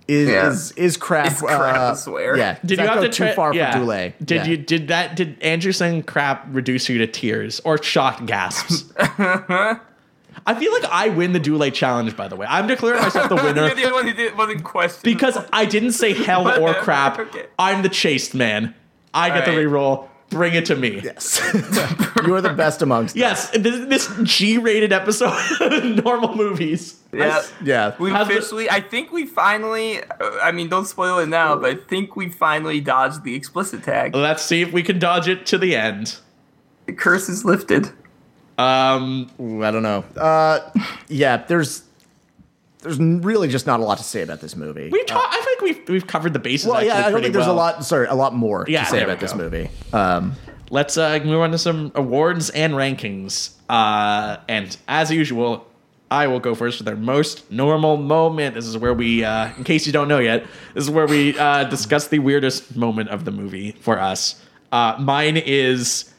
F: Is
E: Yeah.
F: is is crap?
E: Is crap
F: uh,
E: a swear?
F: Yeah. Does
D: did you
F: that
D: have
F: go
D: to
F: too
D: tra-
F: far
D: yeah.
F: for Dule?
D: Did
F: Yeah.
D: you did that? Did Anderson crap reduce you to tears or shocked
E: (laughs)
D: gasps? I feel like I win the Dule challenge. By the way, I'm declaring myself the winner
E: (laughs) You're the only one who did, wasn't questioned.
D: because I didn't say hell or crap.
E: Okay.
D: I'm the chaste man. I get the
E: Alright.
D: reroll. Bring it to me.
F: (laughs) Yes. (laughs) you are the best amongst. us.
D: Yes, this, this G-rated episode of (laughs) normal movies.
E: yeah,
F: Yeah.
E: we
D: How's the-
E: officially. I think we finally. uh, I mean, don't spoil it now, but I think we finally dodged the explicit tag.
F: Uh,
D: Let's see if we can dodge it to the end.
E: The curse is lifted.
D: Um,
F: Ooh, I don't know. Uh, (sighs) yeah. There's there's really just not a lot to say about this movie.
D: we talk, I think we've we've covered the bases.
F: well,
D: actually
F: yeah. I don't
D: pretty
F: think there's
D: well.
F: a lot. Sorry, a lot more
D: Yeah,
F: to say
D: there
F: about
D: we
F: this
D: go.
F: movie. Um,
D: Let's uh, move on to some awards and rankings. Uh, and as usual, I will go first with our most normal moment. This is where we, uh, in case you don't know yet, this is where we uh, discuss the weirdest moment of the movie for us. Uh, mine is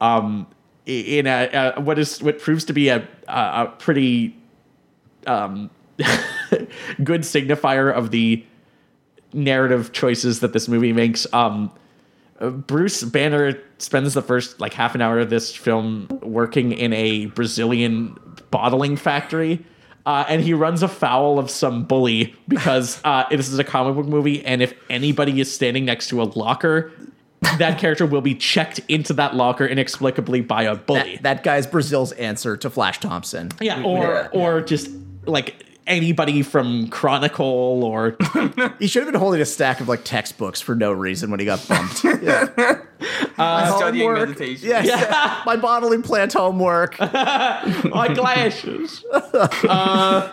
D: um, i- in a, a what is what proves to be a a, a pretty um, good signifier of the narrative choices that this movie makes. Um, Bruce Banner spends the first like half an hour of this film working in a Brazilian bottling factory. Uh, and he runs afoul of some bully because uh, this is a comic book movie, and if anybody is standing next to a locker, that character will be checked into that locker inexplicably by a bully.
F: That, that guy's Brazil's answer to Flash Thompson.
D: yeah, or
E: yeah.
D: or just like anybody from Chronicle or
F: He should have been holding a stack of like textbooks for no reason when he got
D: (laughs)
F: bumped. yeah.
E: studying
F: homework.
E: meditation. (laughs)
F: Yes. (laughs) My bodily plant homework.
D: my glasses. uh,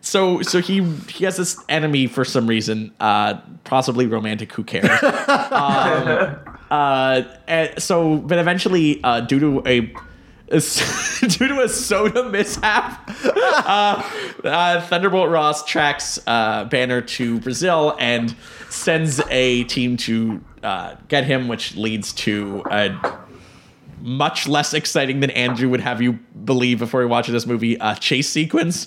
D: so so he he has this enemy for some reason, uh, possibly romantic. Who cares? um, uh, and so, but eventually, uh, due to a. (laughs) due to a soda mishap, uh, uh, Thunderbolt Ross tracks uh, Banner to Brazil and sends a team to uh, get him, which leads to a much less exciting than Andrew would have you believe before we watch this movie, a chase sequence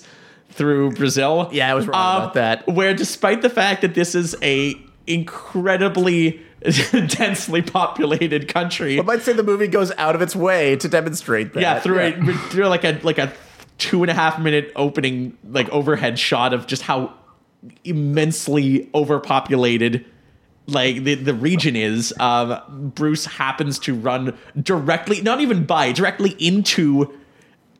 D: through Brazil.
F: Yeah, I was wrong
D: Um,
F: about that.
D: Where despite the fact that this is a incredibly (laughs) densely populated country.
F: I might say the movie goes out of its way to demonstrate that.
D: yeah, through a (laughs) through like a like a two and a half minute opening like overhead shot of just how immensely overpopulated like the, the region is um, bruce happens to run directly not even by directly into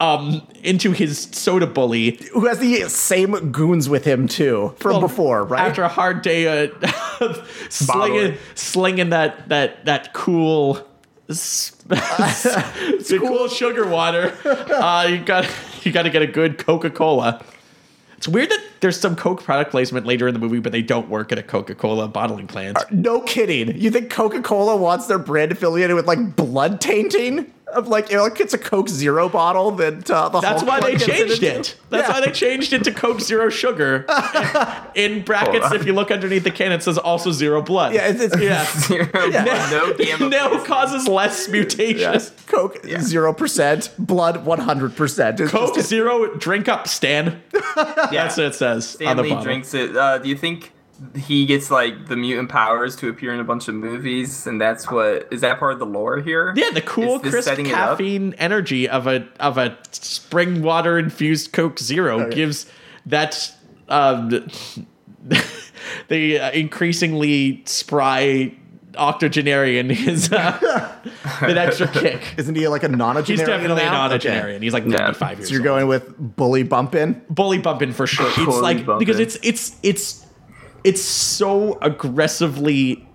D: um into his soda bully
F: Who has the same goons with him too from
D: Well,
F: before, right?
D: after a hard day uh, (laughs) of slinging, slinging that that that cool
F: (laughs)
D: s- (laughs) the cool sugar water uh, you got you got to get a good coca-cola it's weird that there's some coke product placement later in the movie but they don't work at a coca-cola bottling plant
F: no kidding. You think Coca-Cola wants their brand affiliated with like blood tainting? Of like, you know, like it's a Coke Zero bottle that uh, the
D: that's why
F: Hulk
D: they
F: gets
D: changed
F: into.
D: it that's
F: Yeah.
D: why they changed it to coke zero sugar in brackets
E: Hold on.
D: if you look underneath the can it says also zero blood
F: (laughs) Yeah, it's, it's
D: yeah
E: Zero, no gamma.
D: (laughs) no causes less mutations
F: Coke zero percent, blood one hundred percent.
D: Coke Zero, drink up, Stan. That's what it says on the
E: Stanley
D: bottle.
E: drinks it. Uh, do you think he gets like the mutant powers to appear in a bunch of movies, and that's what is that part of the lore here?
D: Yeah, the cool,
E: Is this
D: crisp
E: setting it up?
D: caffeine energy of a of a spring water infused Coke Zero gives that um, (laughs) the uh, increasingly spry octogenarian (laughs) his
E: (laughs)
D: uh, an extra kick.
F: Isn't he like a
D: He's
F: nonagenarian?
D: definitely
F: now?
D: not a
F: Okay.
D: genarian. He's like
E: Yeah.
D: 95 years
F: So you're
D: old.
F: going with bully bumping.
D: bully bumping for sure. It's
E: Bully
D: like because
E: bumping.
D: it's it's it's it's so aggressively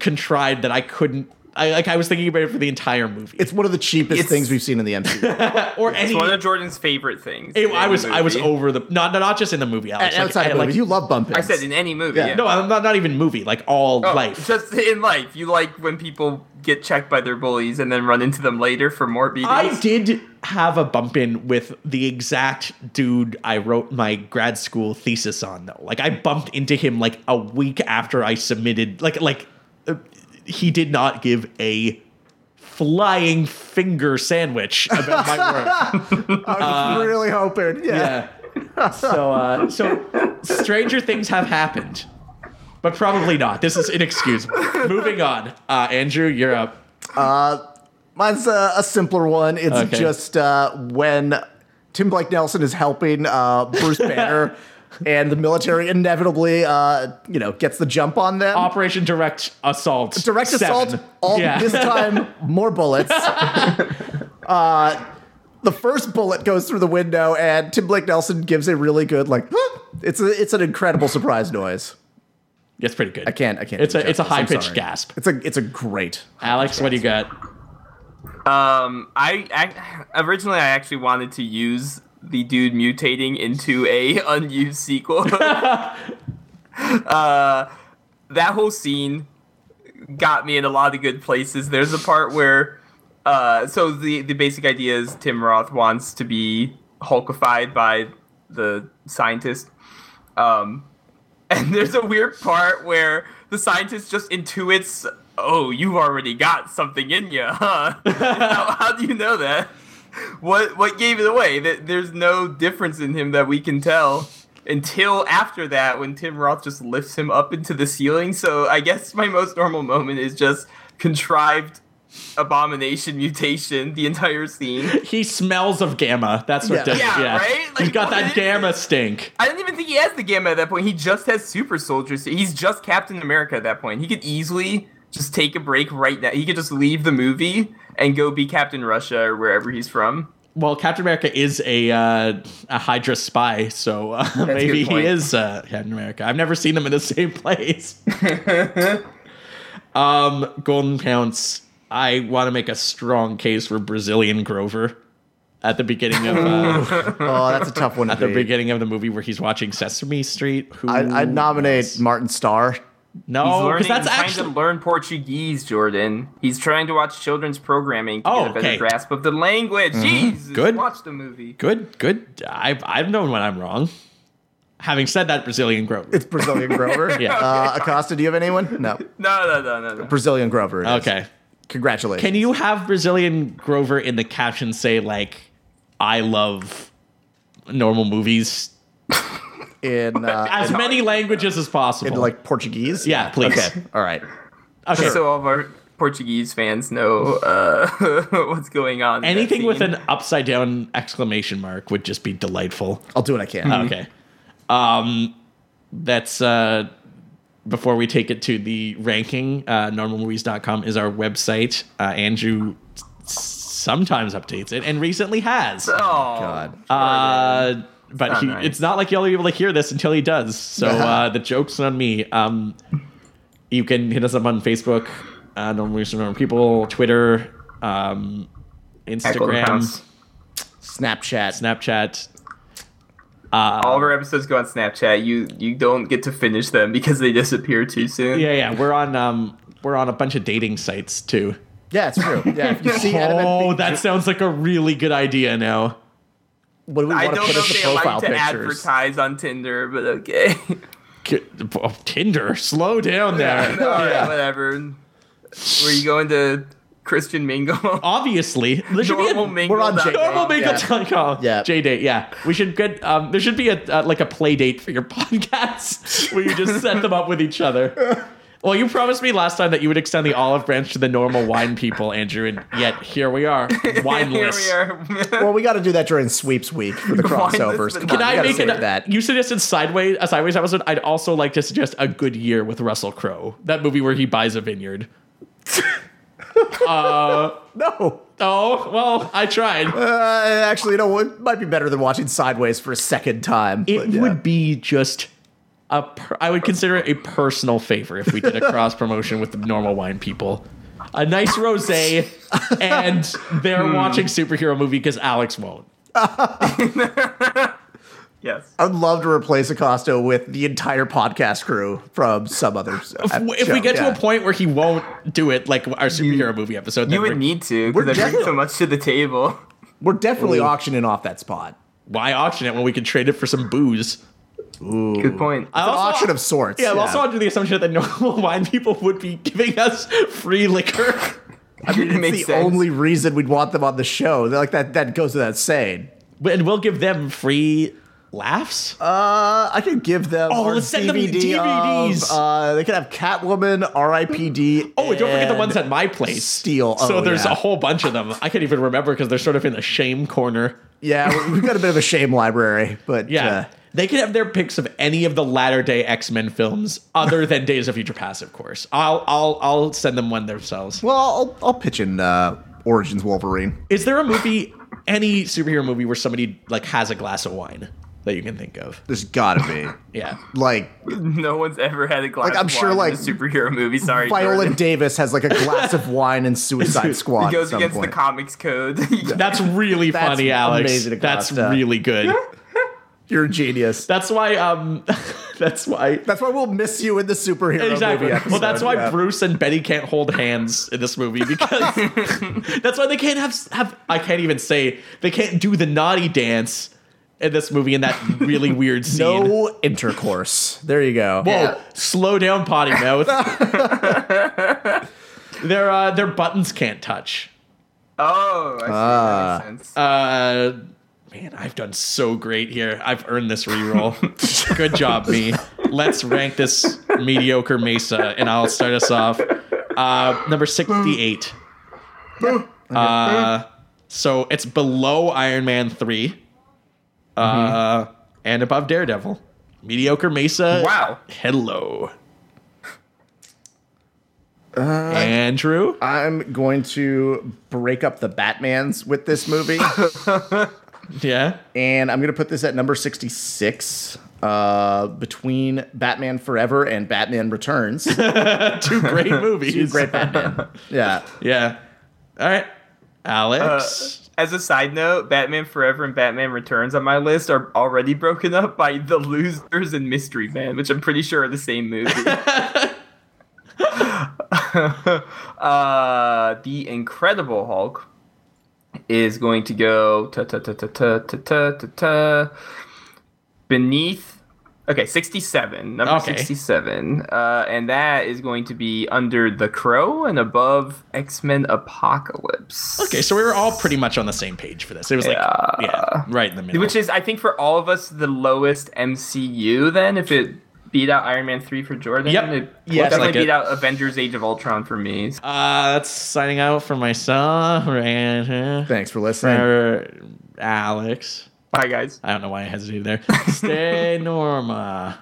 D: contrived that I couldn't. I like I was thinking about it for the entire movie.
F: It's one of the cheapest
E: It's-
F: things we've seen in the
D: (laughs)
F: MCU.
D: or any.
E: It's one of Jordan's favorite things.
D: it-
E: in
D: I was
E: the
D: I was
E: movie.
D: over the not not just in the movie. Alex,
F: And
D: like,
F: outside of
D: I- like,
F: movies, you love bumping.
E: I said in any movie.
F: Yeah.
E: Yeah.
D: no, I'm not not even movie. Like all
E: Oh,
D: life.
E: Just in life, you like when people get checked by their bullies and then run into them later for more beatings.
D: I did have a bump in with the exact dude I wrote my grad school thesis on though. Like I bumped into him like a week after I submitted like like uh, he did not give a flying finger sandwich about my work.
F: (laughs) (laughs)
D: uh,
F: I was really hoping. Yeah.
D: Yeah. So uh, so stranger things have happened, but probably not. This is inexcusable. Moving on. Uh, Andrew, you're up.
F: Mine's a, a simpler one. It's
D: Okay.
F: just uh, when Tim Blake Nelson is helping
D: (laughs)
F: uh, Bruce Banner, and the military inevitably, uh, you know, gets the jump on them.
D: Operation Direct Assault.
F: direct
D: Seven.
F: assault. All
D: Yeah. (laughs)
F: this time, more bullets. uh, the first bullet goes through the window, and Tim Blake Nelson gives a really good like. "Huh." It's a, it's an incredible surprise noise.
D: It's pretty good.
F: I can't. I can't.
D: It's
F: do
D: a it's a
F: justice, I'm
D: high pitched
F: sorry.
D: gasp.
F: It's a it's a great.
D: Alex, what do you got?
E: Um, I, I originally I actually wanted to use the dude mutating into a (laughs) unused
D: (laughs)
E: sequel. uh, that whole scene got me in a lot of good places. There's a part where, uh, so the the basic idea is Tim Roth wants to be Hulkified by the scientist. Um, and there's a weird part where the scientist just intuits, oh, you've already got something in you, huh? (laughs) how, how do you know that? What what gave it away? That there's no difference in him that we can tell until after that when Tim Roth just lifts him up into the ceiling. So I guess my most normal moment is just contrived abomination mutation the entire scene.
D: He smells of gamma. That's what
F: Yeah.
D: does it,
E: Yeah,
D: yeah.
E: right?
D: He's
E: Like,
D: got
E: what
D: that
E: is
D: gamma
E: it?
D: stink.
E: I didn't even think he has the gamma at that point. He just has super soldiers. He's just Captain America at that point. He could easily just take a break right now. He could just leave the movie and go be Captain Russia or wherever he's from.
D: Well, Captain America is a uh, a Hydra spy, so uh,
E: a
D: maybe
E: good
D: he
E: point.
D: is uh, Captain America. I've never seen them in the (laughs) same
F: (laughs)
D: place. um, Golden Pounce. I want to make a strong case for Brazilian Grover at the beginning of uh,
F: (laughs) Oh, that's a tough
D: (laughs)
F: one.
D: at the beginning of the movie where he's watching Sesame Street. Who
F: I, I'd nominate Martin Starr.
E: He's
D: no,
E: learning,
D: because Oh, that's
E: trying
D: actually
E: to learn Portuguese, Jordan. He's trying to watch children's programming to
D: Oh,
E: get a better
D: okay. Mm-hmm.
E: grasp of the language. Jesus,
D: Good.
E: watch the movie.
D: good. Good. I've I've known when I'm wrong. Having said that, Brazilian Grover.
F: It's Brazilian Grover.
D: (laughs) Yeah.
F: Uh, Acosta, do you have anyone? No.
E: No, no, no, no, no.
F: Brazilian Grover. it is.
D: okay.
F: Congratulations.
D: Can you have Brazilian Grover in the caption say like, "I love normal movies
F: in uh,
D: as many languages as possible"?
F: in like Portuguese?
D: yeah, please.
F: Okay. All right.
D: Okay.
E: So all of our Portuguese fans know uh, (laughs) what's going on. in that
D: Anything with
E: scene.
D: an upside down exclamation mark would just be delightful.
F: I'll do what I can.
E: Mm-hmm.
D: Okay. Um, that's uh, before we take it to the ranking. Uh, normalmovies.com is our website. Uh, Andrew s- sometimes updates it and recently has.
E: Oh,
F: God.
D: Uh, but
E: not
D: he,
E: nice.
D: it's not like you'll be able to hear this until he does.
E: (laughs)
D: So uh, the joke's on me. Um, you can hit us up on Facebook, uh, Normal Reason Normal People, Twitter, um,
E: Echo the
D: Instagram,
E: Pounce.
F: Snapchat.
D: Snapchat.
E: All of our episodes go on Snapchat. You you don't get to finish them because they disappear too soon.
D: Yeah, yeah, we're on um, we're on a bunch of dating sites too.
F: yeah, it's true. Yeah, if you
D: (laughs)
F: see
D: Oh,
F: Adamant,
D: that sounds like a really good idea now.
F: what do we
E: I
F: want to
E: don't
F: put
E: know
F: as
E: if
F: the
E: they like
F: profile
E: to
F: pictures?
E: advertise on Tinder, but okay. (laughs)
D: K- oh, Tinder, slow down there.
E: All right, whatever. Were you going to
F: (laughs)
E: Christian Mingle?
D: Obviously, there should be a
E: (laughs) Normal Mingle.
F: Oh, we're on
E: dot
F: Jake.
E: com.
D: (laughs) normal
F: Yeah.
D: makeup.com.
F: Yeah.
D: J date. Yeah, we should get. Um, there should be a uh, like a play date for your (laughs) podcast where you just set them up with each other. Well, you promised me last time that you would extend the olive branch to the normal wine people, Andrew, and yet here we are,
E: (laughs) Here
D: wineless.
E: we are. (laughs)
F: Well, we got to do that during sweeps week for the
E: Why is
F: crossovers.
E: this
F: Come
E: the-
D: Can
F: on, we
D: I
F: gotta
D: make
F: save
D: it?
F: that? (laughs)
D: You suggested sideways a sideways episode. I'd also like to suggest a good year with Russell Crowe, that movie where he buys a vineyard.
F: No.
D: Oh well, I tried.
F: Uh, actually, no. It might be better than watching Sideways for a second time.
D: It
F: but yeah.
D: would be just a. Per- I would consider it a personal favor if we
F: (laughs)
D: did a cross promotion with the normal wine people. A nice rosé, and they're
F: Hmm.
D: watching superhero movie because Alex won't.
E: yes.
F: I'd love to replace Acosta with the entire podcast crew from some other.
D: If
F: If,
D: we get to a point where he won't do it, like our superhero movie episode,
E: You
D: then
E: would
D: we're-
E: need to
F: we're
E: because I bring so
F: definitely-
E: much to the table.
F: we're definitely auctioning off that spot.
D: why auction it when we could trade it for some booze?
E: Good point.
D: I
F: It's an
D: also-
F: auction of sorts.
D: Yeah, I'm also under the assumption that normal (laughs) wine people would be giving us free (laughs) liquor.
E: I mean, it
F: it's
E: makes
F: the
E: sense.
F: only reason we'd want them on the show. They're Like that, that goes without saying.
D: And we'll give them free laughs.
F: Uh, I could give them.
D: Oh,
F: our
D: let's send them
F: DVD of,
D: DVDs.
F: uh, they could have Catwoman, R.I.P.D.
D: Oh, and don't forget the
F: and-
D: ones at my place.
F: Steel.
D: so
F: Oh,
D: there's
F: yeah.
D: a whole bunch of them. I can't even remember because they're sort of in the shame corner.
F: Yeah, we- we've got a bit of a shame library, but
D: Yeah.
F: uh,
D: They can have their picks of any of the latter day X Men films other than (laughs) Days of Future Past, of course. I'll I'll I'll send them one themselves.
F: well, I'll, I'll pitch in uh, Origins Wolverine.
D: Is there a movie, any superhero movie where somebody like has a glass of wine that you can think of?
F: There's gotta be
D: Yeah.
F: like
E: (laughs) No one's ever had a glass.
F: Like, I'm
E: of
F: sure,
E: wine
F: like,
E: in a superhero movie. Sorry,
F: Viola
E: Jordan.
F: Davis has like a glass (laughs) of wine in Suicide Squad.
E: It goes
F: at some
E: against
F: point.
E: the comics code. (laughs)
D: That's really
F: (laughs) That's
D: funny, Alex.
F: amazing to uh,
D: That's
F: Costa.
D: really good.
F: You're a genius.
D: That's why um (laughs) that's why
F: That's why we'll miss you in the superhero
D: Exactly.
F: movie episode.
D: Well, that's why
F: yeah.
D: Bruce and Betty can't hold hands in this
F: (laughs)
D: movie because (laughs) that's why they can't have have. I can't even say they can't do the naughty dance in this movie in
F: (laughs)
D: that really weird scene.
F: no intercourse. There you go.
D: Whoa, slow down, potty
F: (laughs)
D: mouth. (laughs) their uh, their buttons can't touch.
E: oh, I see. that makes sense.
F: Ah.
D: Uh, man, I've done so great here. I've earned this reroll. (laughs) Good job, me. Let's rank this mediocre Mesa, and I'll start us off. Uh, number sixty-eight. Uh, so it's below Iron Man three, uh, and above Daredevil. Mediocre Mesa.
E: wow.
D: Hello. Andrew.
F: I'm going to break up the Batmans with this
D: (laughs)
F: movie,
D: Yeah.
F: and I'm going to put this at number 66 uh, between Batman Forever and Batman
D: (laughs)
F: Returns.
D: Two great movies.
F: Two great Batman. Yeah.
D: Yeah. All right. Alex.
E: As a side note, Batman Forever and Batman Returns on my list are already broken up by The Losers and Mystery Man, which I'm pretty sure are the
D: (laughs)
E: same movie. (laughs) uh, the Incredible Hulk is going to go ta ta ta ta ta ta ta ta ta beneath. Okay, 67. Number
D: Okay.
E: 67. Uh, and that is going to be under The Crow and above X Men Apocalypse.
D: okay, so we were all pretty much on the same page for this. It was like, yeah, right in the middle.
E: Which is, I think, for all of us, the lowest MCU. Then, if it beat out Iron Man three for Jordan,
D: Yep.
E: it
D: Yeah,
E: definitely
D: like
E: beat
D: it.
E: out Avengers: Age of Ultron for me.
D: uh, that's signing out for myself. Andrew,
F: Thanks for listening.
D: For Alex.
E: Bye, guys. (laughs)
D: I don't know why I hesitated there. Stay Norma.